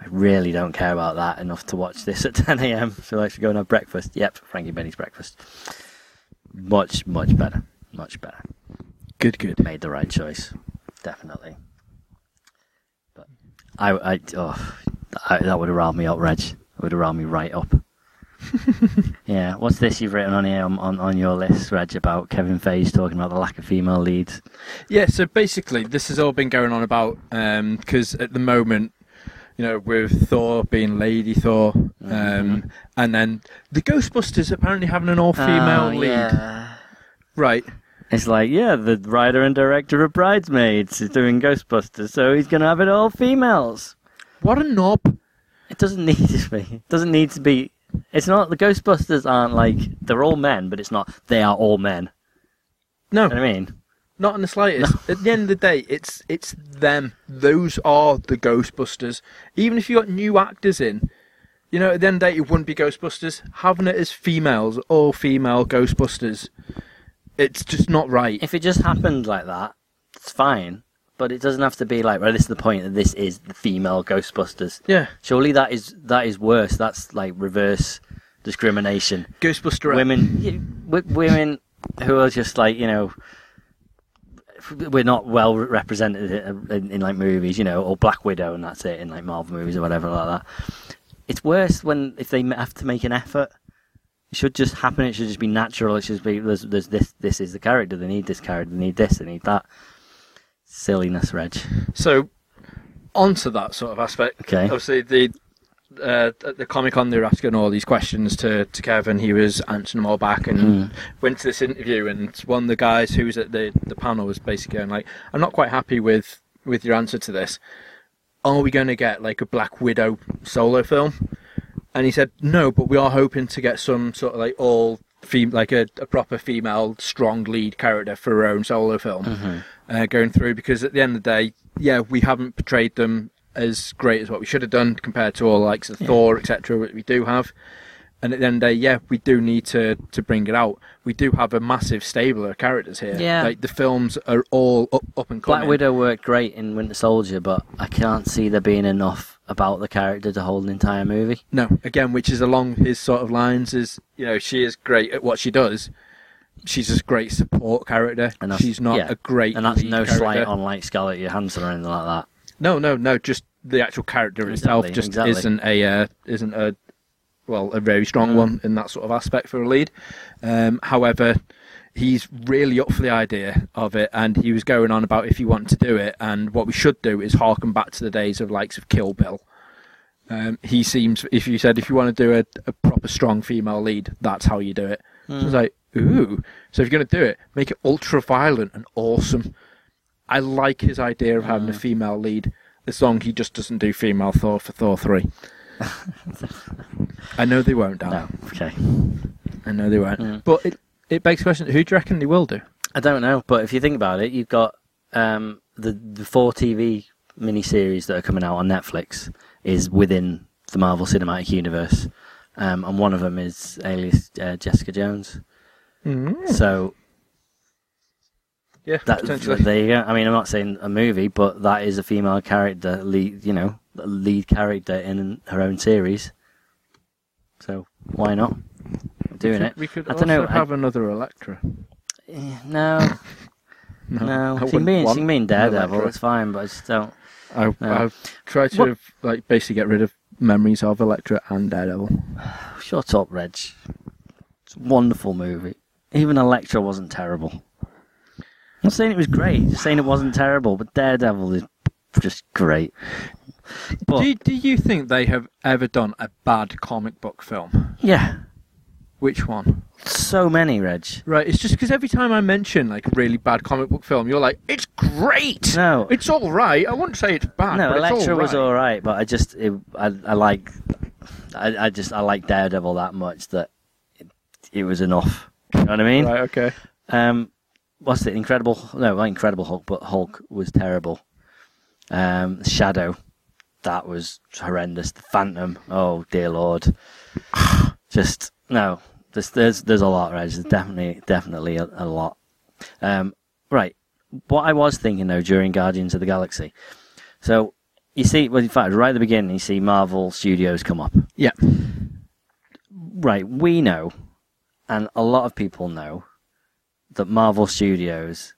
Speaker 1: I really don't care about that enough to watch this at 10 a.m. So I should go and have breakfast. Yep, Frankie Benny's breakfast. Much, much better. Much better.
Speaker 3: Good. Good.
Speaker 1: Made the right choice. Definitely. But I, I, oh, I- that would have riled me up, Reg. That would have riled me right up. yeah, what's this you've written on here on, on, on your list, Reg, about Kevin Feige talking about the lack of female leads?
Speaker 3: Yeah, so basically, this has all been going on about because at the moment, you know, with Thor being Lady Thor, um,
Speaker 1: Mhm.
Speaker 3: and then the Ghostbusters apparently having an all-female
Speaker 1: Oh,
Speaker 3: lead,
Speaker 1: yeah.
Speaker 3: right?
Speaker 1: It's like, yeah, the writer and director of Bridesmaids is doing Ghostbusters, so he's going to have it all females.
Speaker 3: What a knob!
Speaker 1: It doesn't need to be. It doesn't need to be. It's not. The Ghostbusters aren't like. They're all men, but it's not. They are all men.
Speaker 3: No,
Speaker 1: You know what I mean?
Speaker 3: Not in the slightest. At the end of the day, it's it's them. Those are the Ghostbusters. Even if you got new actors in, you know, at the end of the day, it wouldn't be Ghostbusters. Having it as females, all female Ghostbusters, it's just not right.
Speaker 1: If it just happened like that, it's fine. But it doesn't have to be like, right, this is the point that this is the female Ghostbusters.
Speaker 3: Yeah,
Speaker 1: Surely that is that is worse. That's like reverse discrimination.
Speaker 3: Ghostbuster.
Speaker 1: women you- w- women who are just like you know we're not well represented in, in, in like movies you know or black widow and that's it in like marvel movies or whatever like that it's worse when if they m- have to make an effort it should just happen it should just be natural it should just be there's, there's this this is the character they need this character they need this they need that silliness reg
Speaker 3: So, onto that sort of aspect.
Speaker 1: Okay.
Speaker 3: Obviously, the uh, at the Comic Con, they were asking all these questions to, to Kevin. He was answering them all back and went to this interview. And one of the guys who was at the, the panel was basically going like, "I'm not quite happy with with your answer to this. Are we going to get like a Black Widow solo film?" And he said, "No, but we are hoping to get some sort of like all." Fem- like a, a proper female strong lead character for her own solo film uh, going through because at the end of the day, yeah, we haven't portrayed them as great as what we should have done compared to all likes of Thor, etc., which we do have. And at the end of the day, yeah, we do need to, to bring it out. We do have a massive stable of characters here.
Speaker 1: Yeah.
Speaker 3: Like the films are all up, up and coming.
Speaker 1: Black Widow worked great in Winter Soldier, but I can't see there being enough about the character to hold an entire movie.
Speaker 3: No, again, which is along his sort of lines is you know she is great at what she does. She's a great support character.
Speaker 1: And that's-
Speaker 3: She's not
Speaker 1: yeah.
Speaker 3: a great.
Speaker 1: And that's
Speaker 3: lead
Speaker 1: no slight
Speaker 3: character.
Speaker 1: on like Scarlett Johansson or anything like that.
Speaker 3: No, no, no. Just the actual character itself
Speaker 1: Exactly,
Speaker 3: just
Speaker 1: exactly.
Speaker 3: isn't a uh, isn't a well a very strong one in that sort of aspect for a lead. Um, however, he's really up for the idea of it, and he was going on about if you want to do it, and what we should do is harken back to the days of likes of Kill Bill. Um, he seems if you said if you want to do a, a proper strong female lead, that's how you do it. So I
Speaker 1: Hmm.
Speaker 3: was like, ooh. So if you're going to do it, make it ultra violent and awesome. I like his idea of having a
Speaker 1: Hmm.
Speaker 3: female lead, as long as he just doesn't do female Thor for Thor 3. I know they won't, Dan.
Speaker 1: No, Hmm. okay.
Speaker 3: I know they won't. But it, it begs the question who do you reckon they will do?
Speaker 1: I don't know, but if you think about it, you've got um, the the four TV miniseries that are coming out on Netflix is within the Marvel Cinematic Universe, um, and one of them is Alias uh, Jessica Jones. So
Speaker 3: Yeah,
Speaker 1: Hmm. that
Speaker 3: potentially.
Speaker 1: there you go. I mean, I'm not saying a movie, but that is a female character lead, you know, lead character in her own series. So why not doing it?
Speaker 3: We could
Speaker 1: I
Speaker 3: also
Speaker 1: don't know. I-
Speaker 3: have another Electra.
Speaker 1: Eh, no,
Speaker 3: I
Speaker 1: no. She can
Speaker 3: wouldn't
Speaker 1: be, in- she
Speaker 3: want
Speaker 1: can be in
Speaker 3: an
Speaker 1: Daredevil.
Speaker 3: Electra.
Speaker 1: It's fine, but I just don't.
Speaker 3: I,
Speaker 1: No.
Speaker 3: I've tried to
Speaker 1: What-
Speaker 3: like basically get rid of memories of Electra and Daredevil.
Speaker 1: Shut up, Reg. It's a wonderful movie. Even Electra wasn't terrible. I'm not saying it was great, just saying it wasn't terrible, but Daredevil is just great. But,
Speaker 3: Do you, do you think they have ever done a bad comic book film?
Speaker 1: yeah,
Speaker 3: Which one?
Speaker 1: so many, Reg.
Speaker 3: Right, it's just because every time I mention like a really bad comic book film, you're like, it's great.
Speaker 1: No.
Speaker 3: it's all right. I wouldn't say it's bad.
Speaker 1: No,
Speaker 3: but it's
Speaker 1: Electra
Speaker 3: all right.
Speaker 1: was alright, but I just, it, I, I like, I, I just, I like Daredevil that much that it, it was enough. You know what I mean?
Speaker 3: Right, okay.
Speaker 1: Um, what's it? Incredible? No, not Incredible Hulk, but Hulk was terrible. Um, Shadow, that was horrendous. The Phantom, oh dear lord, just no. There's there's there's a lot, right? There's definitely definitely a, a lot. Um, right. What I was thinking though during Guardians of the Galaxy, so you see, well, in fact, right at the beginning, you see Marvel Studios come up
Speaker 3: Yeah,
Speaker 1: right, we know, and a lot of people know, that Marvel Studios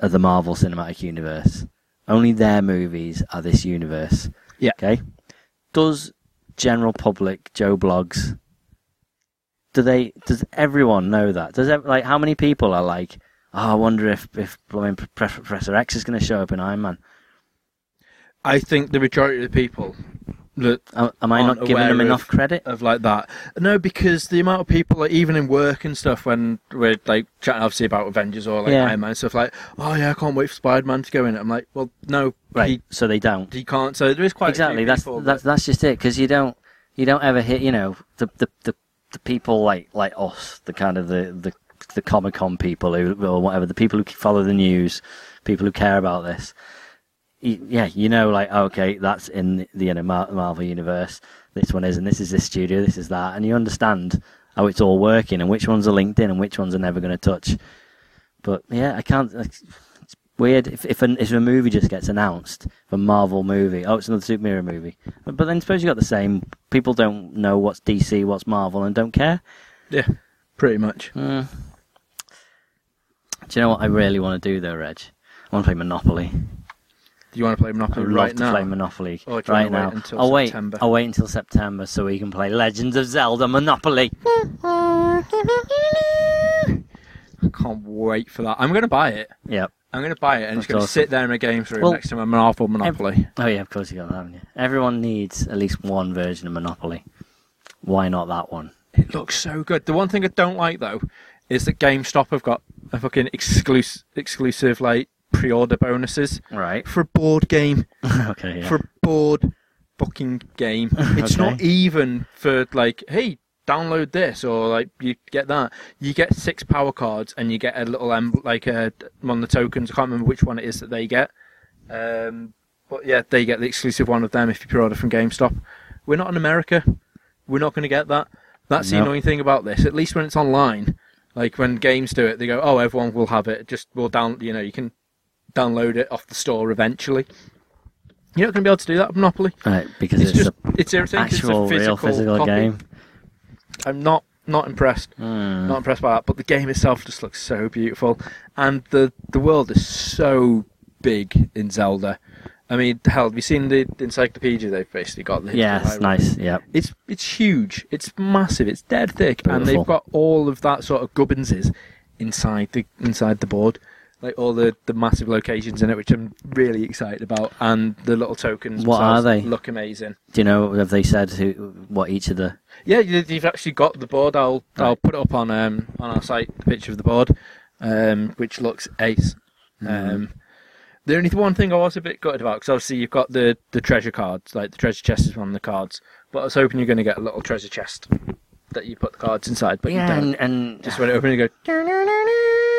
Speaker 1: are the Marvel Cinematic Universe. Only their movies are this universe.
Speaker 3: Yeah.
Speaker 1: Okay. Does general public Joe blogs? Do they? Does everyone know that? Does ev- like how many people are like? Oh, I wonder if if blooming Pre- Pre- Professor X is going to show up in Iron Man.
Speaker 3: I think the majority of the people that
Speaker 1: Am, am I
Speaker 3: Aren't
Speaker 1: not giving
Speaker 3: aware
Speaker 1: them
Speaker 3: of-
Speaker 1: enough credit?
Speaker 3: of like that. No, because the amount of people, like, even in work and stuff, when we're like chatting obviously about Avengers or like
Speaker 1: Yeah.
Speaker 3: Iron Man and stuff, like, oh yeah, I can't wait for Spider Man to go in. I'm like, well, no,
Speaker 1: Right.
Speaker 3: he,
Speaker 1: so they don't.
Speaker 3: he can't. So there is quite A
Speaker 1: exactly
Speaker 3: few
Speaker 1: that's
Speaker 3: people
Speaker 1: that's
Speaker 3: that-
Speaker 1: that's just it because you don't you don't ever hit you know the the, the, the people like like us the kind of the the, the comic con people who or whatever the people who follow the news people who care about this Y yeah you know like okay that's in the you know Mar- Marvel universe this one is and this is this studio this is that and you understand how it's all working and which ones are linked in and which ones are never going to touch but yeah I can't it's weird if if, an, if a movie just gets announced a Marvel movie oh it's another superhero movie but, but then suppose you got the same people don't know what's DC what's Marvel and don't care
Speaker 3: yeah, pretty much.
Speaker 1: Mm. do you know what I really want to do though Reg I want to play Monopoly
Speaker 3: Do you want to play
Speaker 1: I
Speaker 3: Monopoly
Speaker 1: would
Speaker 3: right
Speaker 1: love to
Speaker 3: now?
Speaker 1: play Monopoly
Speaker 3: Or do you
Speaker 1: right
Speaker 3: wanna wait
Speaker 1: now.
Speaker 3: until
Speaker 1: I'll wait.
Speaker 3: September?
Speaker 1: I'll wait until September so we can play Legends of Zelda Monopoly.
Speaker 3: I can't wait for that. I'm going to buy it.
Speaker 1: Yep.
Speaker 3: I'm going to buy it and
Speaker 1: That's
Speaker 3: it's going to
Speaker 1: awesome.
Speaker 3: sit there in my games room
Speaker 1: Well,
Speaker 3: next to my Marvel Monopoly.
Speaker 1: Oh yeah, of course you got that, haven't you? Everyone needs at least one version of Monopoly. Why not that one?
Speaker 3: It looks so good. The one thing I don't like though is that GameStop have got a fucking exclusive, exclusive like pre-order bonuses
Speaker 1: Right.
Speaker 3: for a board game.
Speaker 1: okay. Yeah.
Speaker 3: For a board fucking game. It's
Speaker 1: Okay.
Speaker 3: not even for like, hey, download this or like you get that. You get six power cards and you get a little em- like a one of the tokens. I can't remember which one it is that they get. Um, but yeah, they get the exclusive one of them if you pre-order from GameStop. We're not in America. We're not going to get that. That's the
Speaker 1: No.
Speaker 3: annoying thing about this. At least when it's online, like when games do it, they go, "Oh, everyone will have it. Just we'll down, you know, you can download it off the store eventually." You're not going to be able to do that with Monopoly.
Speaker 1: Right, because
Speaker 3: It's,
Speaker 1: it's,
Speaker 3: just
Speaker 1: a
Speaker 3: it's irritating. 'cause
Speaker 1: actual
Speaker 3: it's a physical
Speaker 1: real physical
Speaker 3: copy.
Speaker 1: game.
Speaker 3: I'm not not impressed.
Speaker 1: Mm.
Speaker 3: Not impressed by that. But the game itself just looks so beautiful, and the the world is so big in Zelda. I mean, hell, have you seen the, the encyclopedia they've basically got? The
Speaker 1: yeah,
Speaker 3: history
Speaker 1: it's
Speaker 3: of
Speaker 1: nice. Yeah,
Speaker 3: it's it's huge. It's massive. It's dead thick, and
Speaker 1: Beautiful.
Speaker 3: they've got all of that sort of gubbinses inside the inside the board, like all the, the massive locations in it, which I'm really excited about, and the little tokens.
Speaker 1: What are
Speaker 3: themselves
Speaker 1: they?
Speaker 3: Look amazing.
Speaker 1: do you know have they said who, what each of the?
Speaker 3: Yeah, you, you've actually got the board. I'll I'll
Speaker 1: Right.
Speaker 3: put it up on um on our site the picture of the board, um which looks ace. Um, the only one thing I was a bit gutted about because obviously you've got the the treasure cards, like the treasure chest is one of the cards. But I was hoping you're going to get a little treasure chest that you put the cards inside, but
Speaker 1: yeah,
Speaker 3: you don't.
Speaker 1: and, and
Speaker 3: Just when it opens, you go.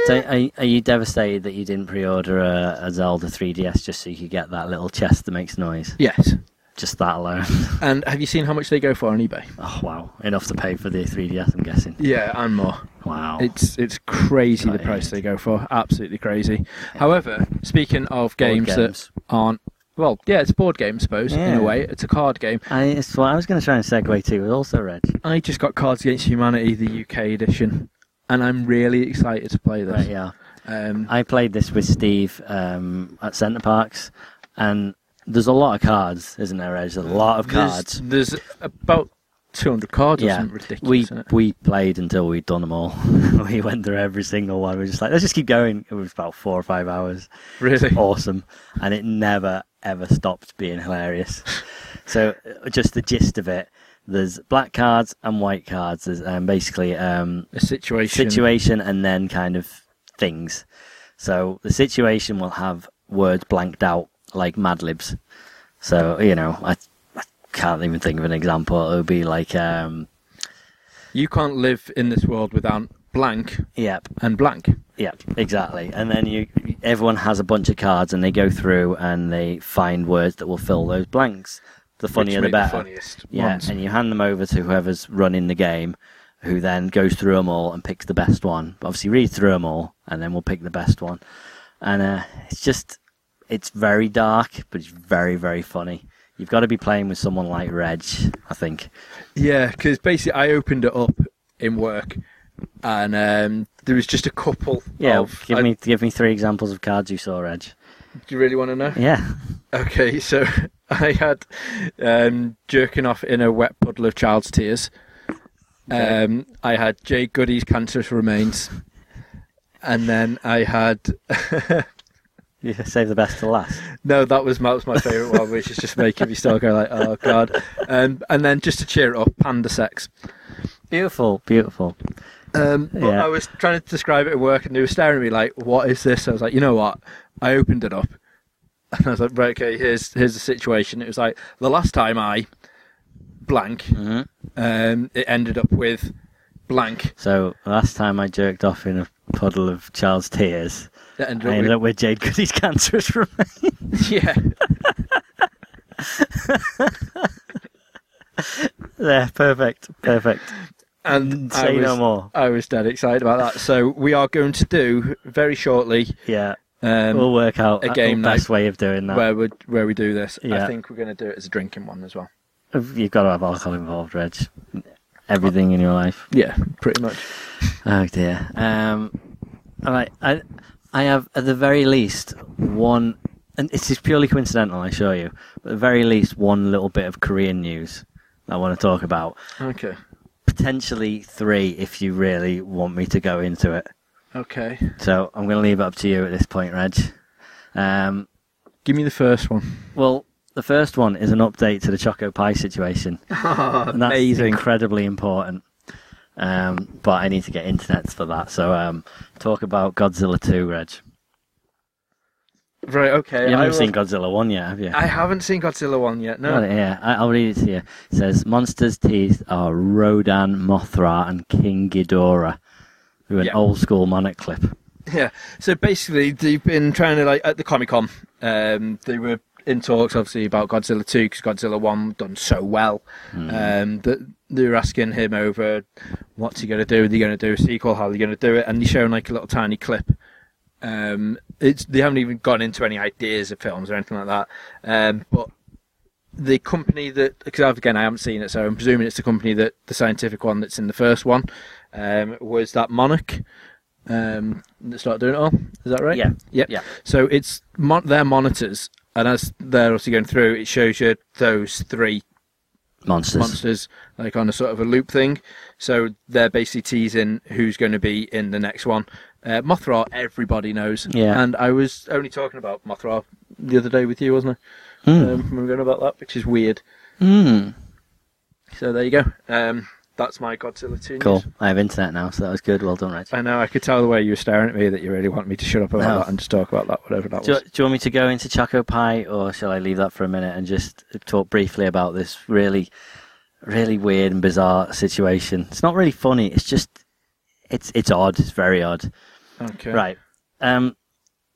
Speaker 1: so are, are you devastated that you didn't pre-order a, a Zelda 3DS just so you could get that little chest that makes noise?
Speaker 3: Yes.
Speaker 1: Just that alone.
Speaker 3: And have you seen how much they go for on eBay?
Speaker 1: oh wow, enough to pay for the 3DS, I'm guessing.
Speaker 3: Yeah, and more.
Speaker 1: Wow.
Speaker 3: It's it's crazy the
Speaker 1: Right.
Speaker 3: price they go for. Absolutely crazy. However, speaking of games,
Speaker 1: games.
Speaker 3: that aren't well, yeah, it's a board game, I suppose, in
Speaker 1: Yeah.
Speaker 3: a way. It's a card game.
Speaker 1: I, it's what I was going to try and segue to was also Reg.
Speaker 3: I just got Cards Against Humanity, the UK edition, and I'm really excited to play this.
Speaker 1: Right, yeah.
Speaker 3: Um,
Speaker 1: I played this with Steve um, at Centre Parks, and there's a lot of cards, isn't there, Reg? There's a lot of cards.
Speaker 3: There's, there's about 200 cards or
Speaker 1: yeah,
Speaker 3: something ridiculous.
Speaker 1: we
Speaker 3: isn't it?
Speaker 1: we played until we'd done them all. we went through every single one. We were just like, let's just keep going. It was about four or five hours.
Speaker 3: Really?
Speaker 1: Awesome, and it never ever stopped being hilarious. so, uh, just the gist of it: there's black cards and white cards. There's um, basically um,
Speaker 3: A situation.
Speaker 1: situation and then kind of things. So the situation will have words blanked out like Mad Libs. So you know, I, I can't even think of an example. It would be like, um,
Speaker 3: You can't live in this world without blank
Speaker 1: yep,
Speaker 3: and blank.
Speaker 1: yep, exactly. And then you, everyone has a bunch of cards, and they go through and they find words that will fill those blanks. The funnier
Speaker 3: which
Speaker 1: the
Speaker 3: make
Speaker 1: better.
Speaker 3: funniest
Speaker 1: Yeah,
Speaker 3: ones.
Speaker 1: and you hand them over to whoever's running the game, who then goes through them all and picks the best one. Obviously, read through them all, and then we'll pick the best one. And uh, it's just, it's very dark, but it's very, very funny. You've got to be playing with someone like Reg, I think.
Speaker 3: Yeah, because basically I opened it up in work, and um, there was just a couple.
Speaker 1: Yeah,
Speaker 3: of,
Speaker 1: give
Speaker 3: Oh, I-
Speaker 1: me give me three examples of cards you saw, Reg.
Speaker 3: Do you really want to know?
Speaker 1: Yeah,
Speaker 3: Okay, so I had um, jerking off in a wet puddle of child's tears. Um, I had Jay Goody's cancerous remains, and then I had
Speaker 1: you save the best to last.
Speaker 3: no, that was my, that was my favorite one, which is just making me still go like, oh god, and and then just to cheer it up, panda sex.
Speaker 1: Beautiful, beautiful.
Speaker 3: Um, but
Speaker 1: Yeah.
Speaker 3: I was trying to describe it at work, and they were staring at me like, "What is this?" I was like, "You know what?" I opened it up, and I was like, "Right, okay, here's here's the situation." It was like the last time I blank,
Speaker 1: Mhm.
Speaker 3: um, it ended up with blank.
Speaker 1: So last time I jerked off in a puddle of child's tears,
Speaker 3: That ended
Speaker 1: I ended
Speaker 3: up
Speaker 1: up with Jade Goody's cancerous remains.
Speaker 3: with yeah,
Speaker 1: There, perfect, perfect.
Speaker 3: and I
Speaker 1: Say
Speaker 3: was,
Speaker 1: no more.
Speaker 3: I was dead excited about that. So we are going to do very shortly
Speaker 1: Yeah,
Speaker 3: um,
Speaker 1: we'll work out
Speaker 3: a
Speaker 1: a
Speaker 3: game
Speaker 1: game the best way of doing that.
Speaker 3: where we where we do this. I
Speaker 1: Yeah.
Speaker 3: think we're going to do it as a drinking one as well.
Speaker 1: You've got to have alcohol involved, Reg. Everything in your life.
Speaker 3: Yeah, pretty much.
Speaker 1: Oh dear. Um, all right. I, I have at the very least one, and this is purely coincidental, I assure you. But at the very least, one little bit of Korean news I want to talk about.
Speaker 3: Okay.
Speaker 1: Potentially three, if you really want me to go into it.
Speaker 3: Okay.
Speaker 1: So I'm going to leave it up to you at this point, Reg. Um,
Speaker 3: Give me the first one.
Speaker 1: Well, the first one is an update to the Choco Pie situation. and that's
Speaker 3: Oh, amazing.
Speaker 1: incredibly important. Um, but I need to get internet for that. So um, talk about Godzilla 2, Reg.
Speaker 3: Right, okay.
Speaker 1: You
Speaker 3: I
Speaker 1: haven't
Speaker 3: will-
Speaker 1: seen Godzilla 1 yet, have you?
Speaker 3: I haven't seen Godzilla 1 yet, no.
Speaker 1: Well, yeah, I, I'll read it to you. It says, Monsters' teeth are Rodan, Mothra, and King Ghidorah. Through an
Speaker 3: Yeah.
Speaker 1: old school monarch clip.
Speaker 3: Yeah. So basically, they've been trying to, like, at the Comic Con, um, they were in talks, obviously, about Godzilla 2 because Godzilla 1 done so well. Um, that they were asking him over what's he going to do? Are they going to do a sequel? How are they going to do it? And he's showing, like, a little tiny clip Um, it's they haven't even gone into any ideas of films or anything like that. Um, but the company that because again I haven't seen it, so I'm presuming it's the company that the scientific one that's in the first one um, was that Monarch um, that started doing it all. Is that right?
Speaker 1: Yeah.
Speaker 3: Yep.
Speaker 1: Yeah.
Speaker 3: So it's mon- their monitors, and as they're also going through, it shows you those three
Speaker 1: Monsters.
Speaker 3: monsters like on a sort of a loop thing. So they're basically teasing who's going to be in the next one. Uh, Mothra, everybody knows.
Speaker 1: Yeah.
Speaker 3: And I was only talking about Mothra the other day with you, wasn't I?
Speaker 1: Mm.
Speaker 3: Um, we were going about that, which is weird.
Speaker 1: Mm.
Speaker 3: So there you go. Um, that's my Godzilla 2 news.
Speaker 1: Cool. I have internet now, so that was good. Well done, Reg.
Speaker 3: I know, I could tell the way you were staring at me that you really want me to shut up about
Speaker 1: No.
Speaker 3: that and just talk about that, whatever that
Speaker 1: Do you,
Speaker 3: was.
Speaker 1: do you want me to go into Choco Pie, or shall I leave that for a minute and just talk briefly about this really, really weird and bizarre situation? It's not really funny. It's just, it's it's odd. It's very odd.
Speaker 3: Okay.
Speaker 1: Right. Um,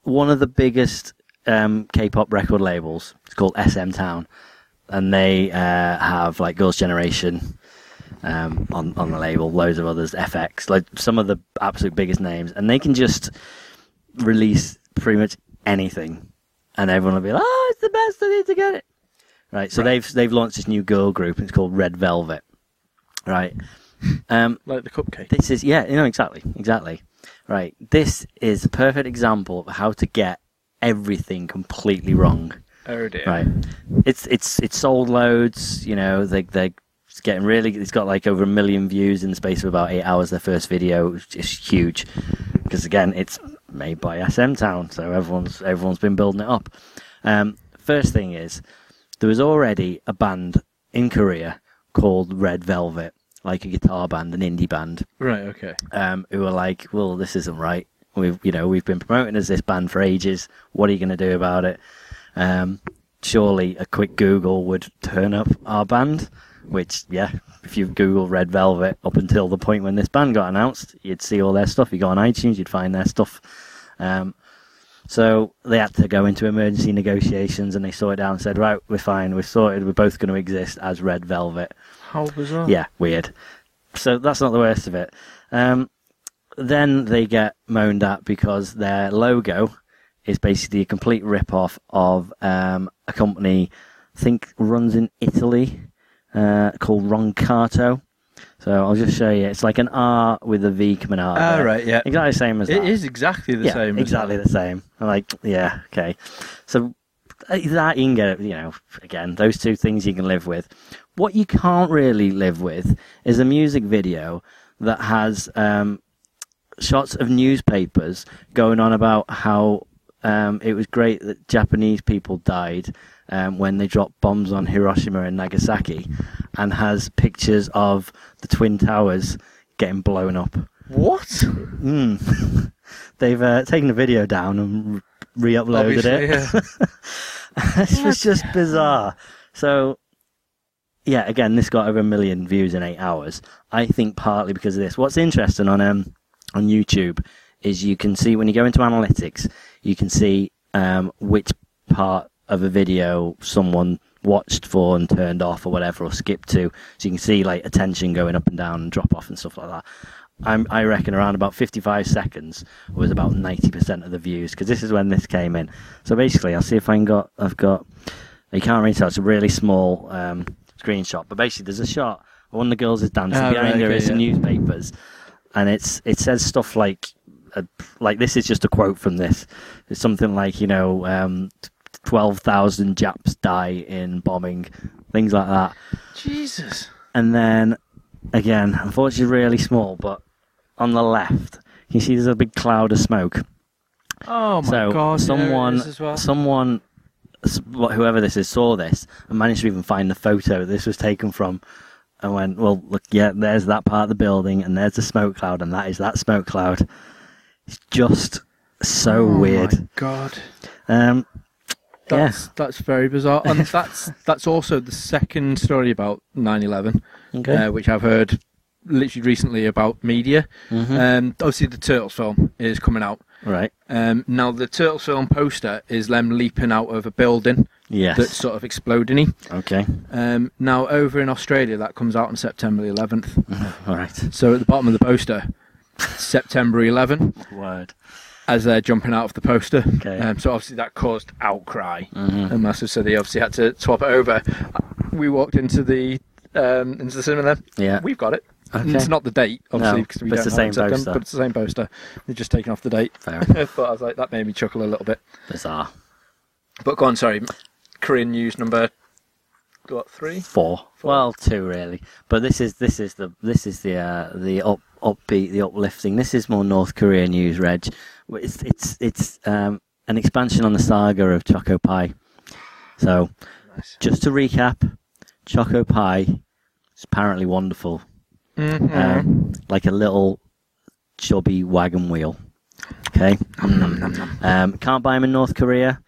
Speaker 1: one of the biggest um, K-pop record labels. It's called SM Town, and they uh, have like Girls' Generation um, on on the label. Loads of others, FX, like some of the absolute biggest names, and they can just release pretty much anything, and everyone will be like, "Oh, it's the best! I need to get it." Right. So they've they've launched this new girl group, and it's called Red Velvet. Right. Um,
Speaker 3: Like the cupcake.
Speaker 1: this is yeah, you know exactly, exactly. Right. This is a perfect example of how to get everything completely wrong.
Speaker 3: Oh dear.
Speaker 1: Right. It's it's it's sold loads. You know they they it's getting really. It's got like over a million views in the space of about eight hours. Their first video is just huge because again it's made by SM Town, so everyone's everyone's been building it up. Um, first thing is there was already a band in Korea called Red Velvet, like a guitar band, an indie band
Speaker 3: Right, okay.
Speaker 1: um, who were like, "Well, this isn't right. We've you know we've been promoting as this band for ages. What are you going to do about it? Um, surely a quick Google would turn up our band." Which, yeah, if you Google Red Velvet up until the point when this band got announced, you'd see all their stuff. You go on iTunes, you'd find their stuff. Um, so they had to go into emergency negotiations and they saw it down and said, right, we're fine, we're sorted, we're both going to exist as Red Velvet.
Speaker 3: How bizarre.
Speaker 1: Yeah, weird. So that's not the worst of it. Um, then they get moaned at because their logo is basically a complete rip-off of um, a company, I think runs in Italy, uh, called Roncato. So I'll just show you. It's like an R with a V coming out.
Speaker 3: Ah,
Speaker 1: of Uh, it.
Speaker 3: right, yeah.
Speaker 1: Exactly the same as
Speaker 3: It
Speaker 1: that
Speaker 3: is exactly the
Speaker 1: yeah,
Speaker 3: same. isn't it?
Speaker 1: Exactly the same. I'm like, yeah, okay. So uh, that you can get, you know, again, those two things you can live with. What you can't really live with is a music video that has um, shots of newspapers going on about how um, it was great that Japanese people died um, when they dropped bombs on Hiroshima and Nagasaki, and has pictures of the Twin Towers getting blown up.
Speaker 3: What?
Speaker 1: Mm. They've uh, taken the video down and re uploaded it.
Speaker 3: Obviously,
Speaker 1: it was just bizarre. So, yeah, again, this got over a million views in eight hours. I think partly because of this. What's interesting on um, on YouTube is you can see when you go into analytics, you can see um, which part of a video someone watched for and turned off or whatever or skipped to. So you can see like attention going up and down and drop off and stuff like that. I'm, I reckon around about 55 seconds was about 90% of the views because this is when this came in. So basically, I'll see if I can got. I've got. You can't really tell. It's a really small um, screenshot, but basically, there's a shot. One of the girls is dancing
Speaker 3: Ah,
Speaker 1: behind
Speaker 3: right,
Speaker 1: her.
Speaker 3: okay,
Speaker 1: is some
Speaker 3: yeah.
Speaker 1: newspapers, and it's it says stuff like, uh, like this is just a quote from this. It's something like you know, um, twelve thousand Japs die in bombing, things like that.
Speaker 3: Jesus.
Speaker 1: And then, again, unfortunately, really small, but on the left, you see there's a big cloud of smoke.
Speaker 3: Oh my
Speaker 1: so
Speaker 3: god. there it
Speaker 1: someone,
Speaker 3: is as well.
Speaker 1: someone, s- wh- whoever this is, saw this and managed to even find the photo this was taken from, and went, "Well, look, yeah, there's that part of the building, and there's the smoke cloud, and that is that smoke cloud." It's just so
Speaker 3: Oh my
Speaker 1: weird.
Speaker 3: god.
Speaker 1: Um,
Speaker 3: That's that's very bizarre. And that's that's also the second story about 9/11,
Speaker 1: Okay.
Speaker 3: uh, which I've heard literally recently about media.
Speaker 1: Hmm.
Speaker 3: Um, obviously, the Turtles film is coming out.
Speaker 1: Mm-hmm. right.
Speaker 3: Um, now, the Turtles film poster is them leaping out of a building
Speaker 1: Yes.
Speaker 3: that's sort of exploding.
Speaker 1: Okay.
Speaker 3: Um, now, over in Australia, that comes out on September the 11th.
Speaker 1: All right.
Speaker 3: So at the bottom of the poster, September 11.
Speaker 1: Word.
Speaker 3: as they're jumping out of the poster.
Speaker 1: Okay.
Speaker 3: Um, so obviously that caused outcry
Speaker 1: Mhm.
Speaker 3: and massive. So they obviously had to swap it over. We walked into the um, into the cinema. Then.
Speaker 1: Yeah.
Speaker 3: we've got it.
Speaker 1: Uh, Okay.
Speaker 3: It's not the date, obviously,
Speaker 1: No,
Speaker 3: because we
Speaker 1: but
Speaker 3: don't
Speaker 1: it's the
Speaker 3: have it
Speaker 1: same
Speaker 3: set, um,
Speaker 1: poster.
Speaker 3: But it's the same poster. They've just taken off the date.
Speaker 1: Fair
Speaker 3: but I was like, that made me chuckle a little bit.
Speaker 1: Bizarre.
Speaker 3: But go on, sorry. Korean news number what three?
Speaker 1: Four. Well, two really. But this is this is the this is the uh, the up, upbeat, the uplifting. This is more North Korea news, Reg. It's it's it's um, an expansion on the saga of Choco Pie. So,
Speaker 3: Nice.
Speaker 1: just to recap, Choco Pie is apparently wonderful,
Speaker 3: Mm-hmm.
Speaker 1: um, like a little chubby wagon wheel. Okay. Um, can't buy them in North Korea,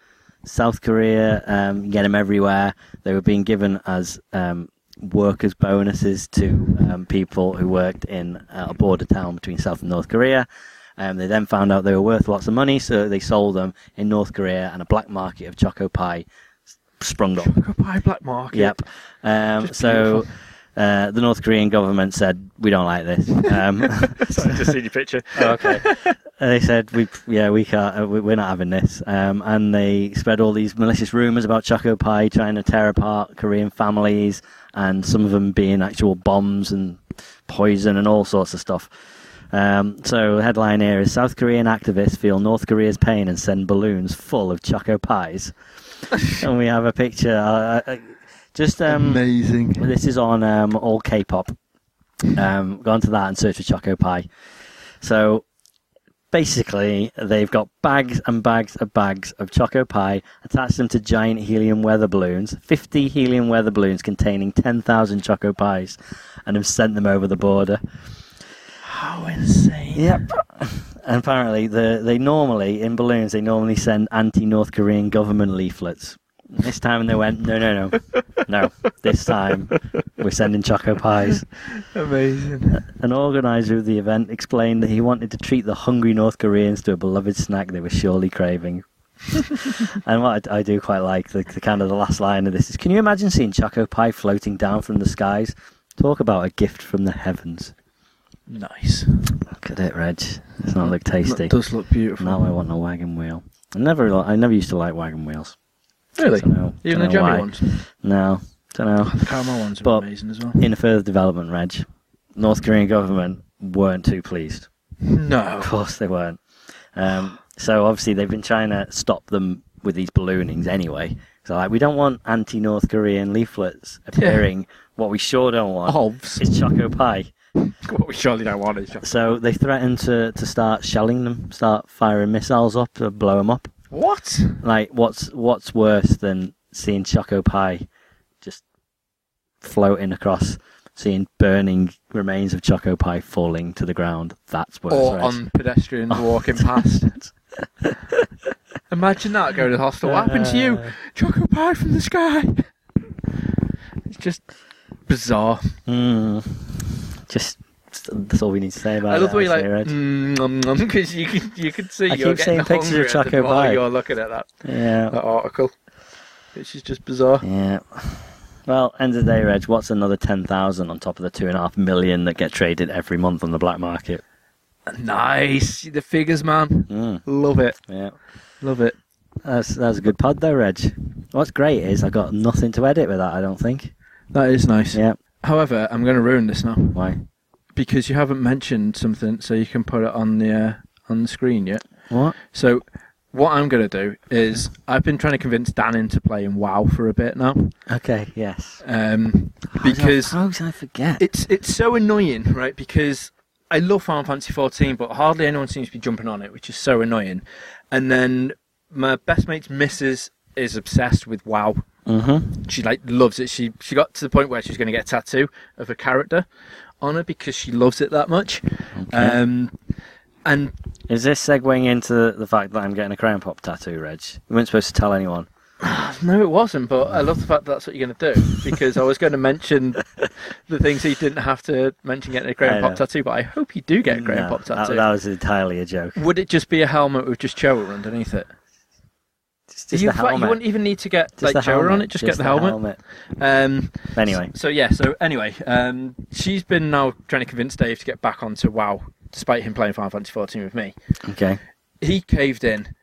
Speaker 1: South Korea. Um, you get them everywhere. They were being given as um, workers' bonuses to um, people who worked in uh, a border town between South and North Korea. Um, they then found out they were worth lots of money, so they sold them in North Korea, and a black market of choco pie s- sprung up.
Speaker 3: Goodbye, black market.
Speaker 1: Yep. Um,
Speaker 3: Just
Speaker 1: so uh, the North Korean government said we don't like this. Um, Oh,
Speaker 3: Sorry, just seen your picture.
Speaker 1: okay. they said we yeah we can't uh, we- we're not having this. Um, and they spread all these malicious rumors about Choco Pie trying to tear apart Korean families, and some of them being actual bombs and poison and all sorts of stuff. Um, so the headline here is South Korean activists feel North Korea's pain and send balloons full of Choco Pies. and we have a picture. Uh, uh, just um,
Speaker 3: Amazing.
Speaker 1: this is on um, all K-pop. Um, go onto that and search for Choco Pie. So basically, they've got bags and bags of bags of Choco Pie, attached them to giant helium weather balloons, 50 helium weather balloons containing 10,000 Choco Pies, and have sent them over the border.
Speaker 3: How insane.
Speaker 1: Yep. And apparently, the, they normally, in balloons, they normally send anti North Korean government leaflets. This time they went, no, no, no. No. This time we're sending Choco Pies.
Speaker 3: Amazing.
Speaker 1: An organizer of the event explained that he wanted to treat the hungry North Koreans to a beloved snack they were surely craving. and what I, I do quite like the, the kind of the last line of this is: Can you imagine seeing Choco Pie floating down from the skies? Talk about a gift from the heavens.
Speaker 3: Nice.
Speaker 1: Look at it, Reg. It's not look tasty.
Speaker 3: That does look beautiful.
Speaker 1: Now I want a wagon wheel. I never, li- I never used to like wagon wheels.
Speaker 3: Really?
Speaker 1: Dunno-
Speaker 3: Even
Speaker 1: dunno
Speaker 3: the jammy
Speaker 1: why.
Speaker 3: ones. Oh,
Speaker 1: No, don't know.
Speaker 3: The caramel ones are
Speaker 1: But-
Speaker 3: amazing as well.
Speaker 1: In further development, Reg, North Korean government weren't too pleased.
Speaker 3: No.
Speaker 1: Of course they weren't. Um, so obviously they've been trying to stop them with these balloonings anyway. So like we don't want anti-North Korean leaflets appearing. What we sure don't want
Speaker 3: Ovs.
Speaker 1: is choco pie.
Speaker 3: What we surely don't want is
Speaker 1: So they threatened to, to start shelling them, start firing missiles up, to blow them up.
Speaker 3: What?
Speaker 1: Like what's what's worse than seeing choco pie just floating across, seeing burning remains of choco pie falling to the ground? That's worse.
Speaker 3: Or
Speaker 1: right?
Speaker 3: on pedestrians
Speaker 1: Oh.
Speaker 3: walking past. Imagine that going to the hospital. What happened to you?
Speaker 1: Uh.
Speaker 3: Choco pie from the sky. It's just bizarre.
Speaker 1: Mm. Just that's all we need to say about
Speaker 3: I
Speaker 1: it.
Speaker 3: love the way you like hmm. mm,
Speaker 1: honestly, Reg.
Speaker 3: because you can you can see
Speaker 1: I
Speaker 3: you're
Speaker 1: keep
Speaker 3: getting
Speaker 1: seeing pictures of
Speaker 3: hungrier
Speaker 1: Oh. Choco
Speaker 3: the more
Speaker 1: Pie.
Speaker 3: You're looking at that,
Speaker 1: Yeah,
Speaker 3: that article, which is just bizarre.
Speaker 1: yeah. Well, end of the day, Reg. What's another ten thousand on top of the two and a half million that get traded every month on the black market?
Speaker 3: Nice, the figures, man.
Speaker 1: Mm.
Speaker 3: Love it,
Speaker 1: Yeah,
Speaker 3: love it.
Speaker 1: that's that's a good pod though, Reg. What's great is I got nothing to edit with that. I don't think.
Speaker 3: That is nice.
Speaker 1: Yeah.
Speaker 3: However, I'm going to ruin this now.
Speaker 1: Why?
Speaker 3: because you haven't mentioned something, so you can put it on the uh, on the screen yet.
Speaker 1: What?
Speaker 3: So what I'm going to do is I've been trying to convince Dan into playing WoW for a bit now,
Speaker 1: Okay. Yes.
Speaker 3: um,
Speaker 1: How did I-
Speaker 3: because
Speaker 1: how did I forget?
Speaker 3: it's it's so annoying, right? Because I love Final Fantasy 14, but hardly anyone seems to be jumping on it, which is so annoying. And then my best mate's missus is obsessed with WoW.
Speaker 1: mm-hmm.
Speaker 3: She like loves it. She she got to the point where she was going to get a tattoo of a character on her because she loves it that much. Um, and
Speaker 1: Is this segueing into the fact that I'm getting a crown pop tattoo, Reg? You weren't supposed to tell anyone.
Speaker 3: No, it wasn't. But I love the fact that that's what you're going to do because I was going to mention the things he didn't have to mention getting a
Speaker 1: I
Speaker 3: Graham
Speaker 1: know.
Speaker 3: Pop tattoo. But I hope you do get a Graham
Speaker 1: No,
Speaker 3: Pop
Speaker 1: that-
Speaker 3: tattoo.
Speaker 1: that was entirely a joke.
Speaker 3: Would it just be a helmet with just Choa underneath it?
Speaker 1: Just, just
Speaker 3: you,
Speaker 1: the helmet.
Speaker 3: you wouldn't even need to get
Speaker 1: Just
Speaker 3: like
Speaker 1: the
Speaker 3: Choa on
Speaker 1: helmet,
Speaker 3: it. Just, get the, helmet. Um,
Speaker 1: Anyway,
Speaker 3: so yeah. So anyway, um, she's been now trying to convince Dave to get back onto WoW, despite him playing Final Fantasy 14 with me.
Speaker 1: okay.
Speaker 3: he caved in,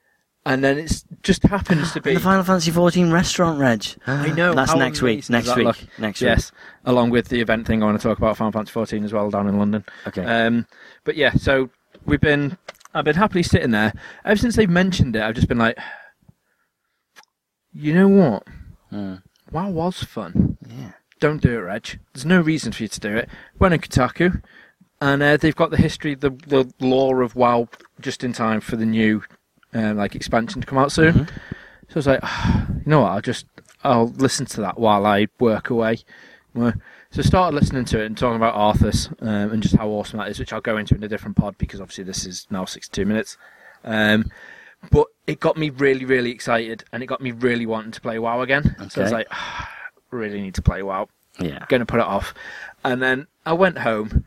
Speaker 3: and then it's just happens to be.
Speaker 1: the Final Fantasy 14 restaurant, Reg.
Speaker 3: I know.
Speaker 1: That's
Speaker 3: how
Speaker 1: next week.
Speaker 3: amazing
Speaker 1: Next
Speaker 3: does that
Speaker 1: week.
Speaker 3: look?
Speaker 1: Next week.
Speaker 3: Yes, along with the event thing I want to talk about Final Fantasy 14 as well down in London.
Speaker 1: Okay.
Speaker 3: Um, but yeah, so we've been. I've been happily sitting there ever since they've mentioned it. I've just been like, you know what?
Speaker 1: Mm.
Speaker 3: WoW was fun.
Speaker 1: Yeah.
Speaker 3: Don't do it, Reg. There's no reason for you to do it. Went on Kotaku, and uh, they've got the history, the the lore of WoW, just in time for the new uh, like expansion to come out soon.
Speaker 1: Mhm.
Speaker 3: So I was like, "Ah, you know what? I'll just I'll listen to that while I work away. Well, So I started listening to it and talking about Arthur's um, and just how awesome that is, which I'll go into in a different pod because obviously this is now 62 minutes. Um, but it got me really, really excited and it got me really wanting to play WoW again. So I was
Speaker 1: Okay.
Speaker 3: like, "Ah, really need to play WoW.
Speaker 1: Yeah.
Speaker 3: Going to put it off. And then I went home,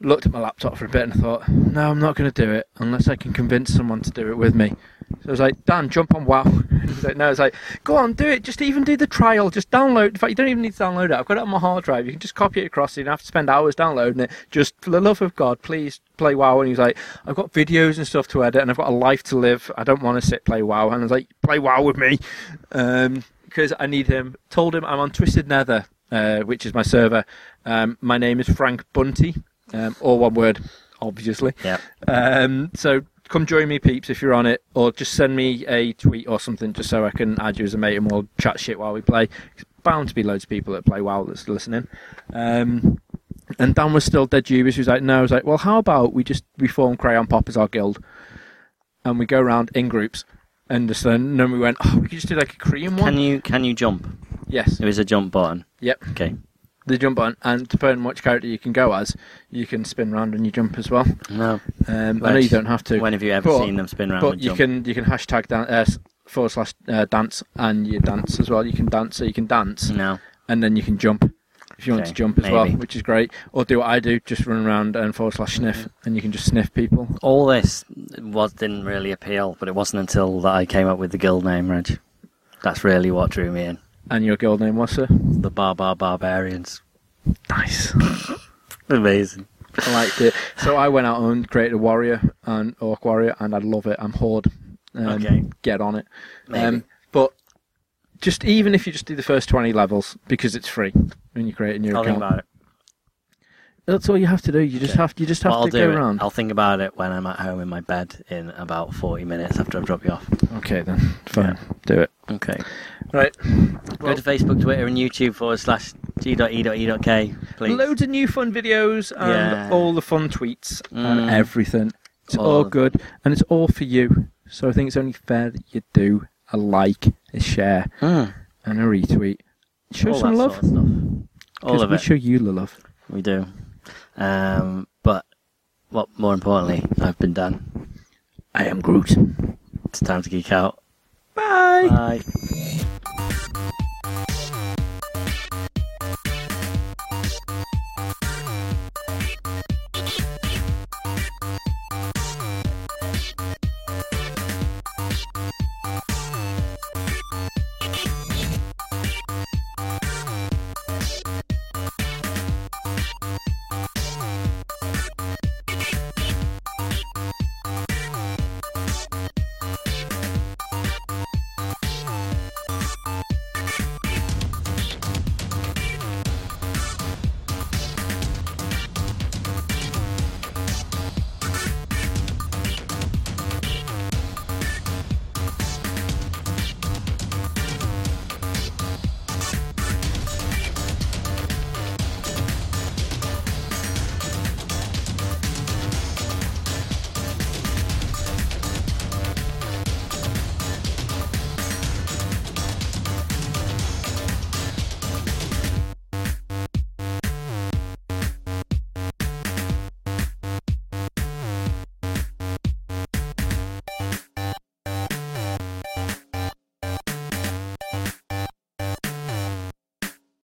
Speaker 3: looked at my laptop for a bit and thought, no, I'm not going to do it unless I can convince someone to do it with me. So I was like, Dan, jump on WoW. He's like, no, it's like, go on, do it. Just even do the trial. Just download. In fact, you don't even need to download it. I've got it on my hard drive. You can just copy it across. You don't have to spend hours downloading it. Just for the love of God, please play WoW. And he's like, I've got videos and stuff to edit, and I've got a life to live. I don't want to sit play WoW. And I was like, play WoW with me, because Um, I need him. Told him I'm on Twisted Nether, uh, which is my server. Um, my name is Frank Bunty, um, all one word, obviously.
Speaker 1: Yeah.
Speaker 3: Um, so come join me, peeps, if you're on it, or just send me a tweet or something just so I can add you as a mate and we'll chat shit while we play. It's bound to be loads of people that play WoW that's listening. Um, and Dan was still dead dubious. He was like, no. I was like, well, how about we just we form Crayon Pop as our guild and we go around in groups. And just then, and then we went, oh, we could just do like a Korean one.
Speaker 1: Can you can you jump?
Speaker 3: yes.
Speaker 1: There is a jump button.
Speaker 3: Yep.
Speaker 1: Okay.
Speaker 3: The jump button. And depending on which character you can go as, you can spin round and you jump as well.
Speaker 1: No.
Speaker 3: Um, I know you don't have to.
Speaker 1: When have you ever
Speaker 3: But-
Speaker 1: seen them spin around
Speaker 3: But
Speaker 1: and
Speaker 3: you
Speaker 1: jump?
Speaker 3: can you can hashtag dan- uh, s- forward slash uh, dance and you dance as well. You can dance, so you can dance
Speaker 1: No.
Speaker 3: and then you can jump if you want
Speaker 1: Okay,
Speaker 3: to jump as well,
Speaker 1: maybe.
Speaker 3: which is great. Or do what I do, just run around and forward slash sniff,
Speaker 1: Mm-hmm.
Speaker 3: and you can just sniff people.
Speaker 1: All this was didn't really appeal, but it wasn't until that I came up with the guild name, Reg. That's really what drew me in.
Speaker 3: And your guild name was sir.
Speaker 1: The Barbar Barbarians.
Speaker 3: Nice.
Speaker 1: Amazing.
Speaker 3: I liked it. So I went out and created a warrior and orc warrior, and I love it. I'm horde. Um,
Speaker 1: Okay.
Speaker 3: Get on it.
Speaker 1: Maybe.
Speaker 3: Um, but just even if you just do the first 20 levels because it's free when you create a new
Speaker 1: I'll think
Speaker 3: account.
Speaker 1: about it.
Speaker 3: That's all you have to do. You just
Speaker 1: Okay.
Speaker 3: have you just have
Speaker 1: What I'll
Speaker 3: to go
Speaker 1: do, it-
Speaker 3: around.
Speaker 1: I'll think about it when I'm at home in my bed in about 40 minutes after I've dropped you off.
Speaker 3: Okay then, fine, do it.
Speaker 1: Okay.
Speaker 3: Right,
Speaker 1: Go to Facebook, Twitter, and YouTube forward slash g.e.e.k, please.
Speaker 3: loads of new fun videos and
Speaker 1: Yeah.
Speaker 3: all the fun tweets and
Speaker 1: Mm.
Speaker 3: everything. It's all,
Speaker 1: All of-
Speaker 3: good and it's all for you. So I think it's only fair that you do a like, a share,
Speaker 1: Mm.
Speaker 3: and a retweet. Show
Speaker 1: All
Speaker 3: some
Speaker 1: that
Speaker 3: love.
Speaker 1: Sort of stuff. All
Speaker 3: 'cause
Speaker 1: of
Speaker 3: we
Speaker 1: it.
Speaker 3: show you the love.
Speaker 1: We do. Um, but what more importantly, I've been done.
Speaker 3: I am Groot.
Speaker 1: It's time to geek out.
Speaker 3: Bye.
Speaker 1: Bye.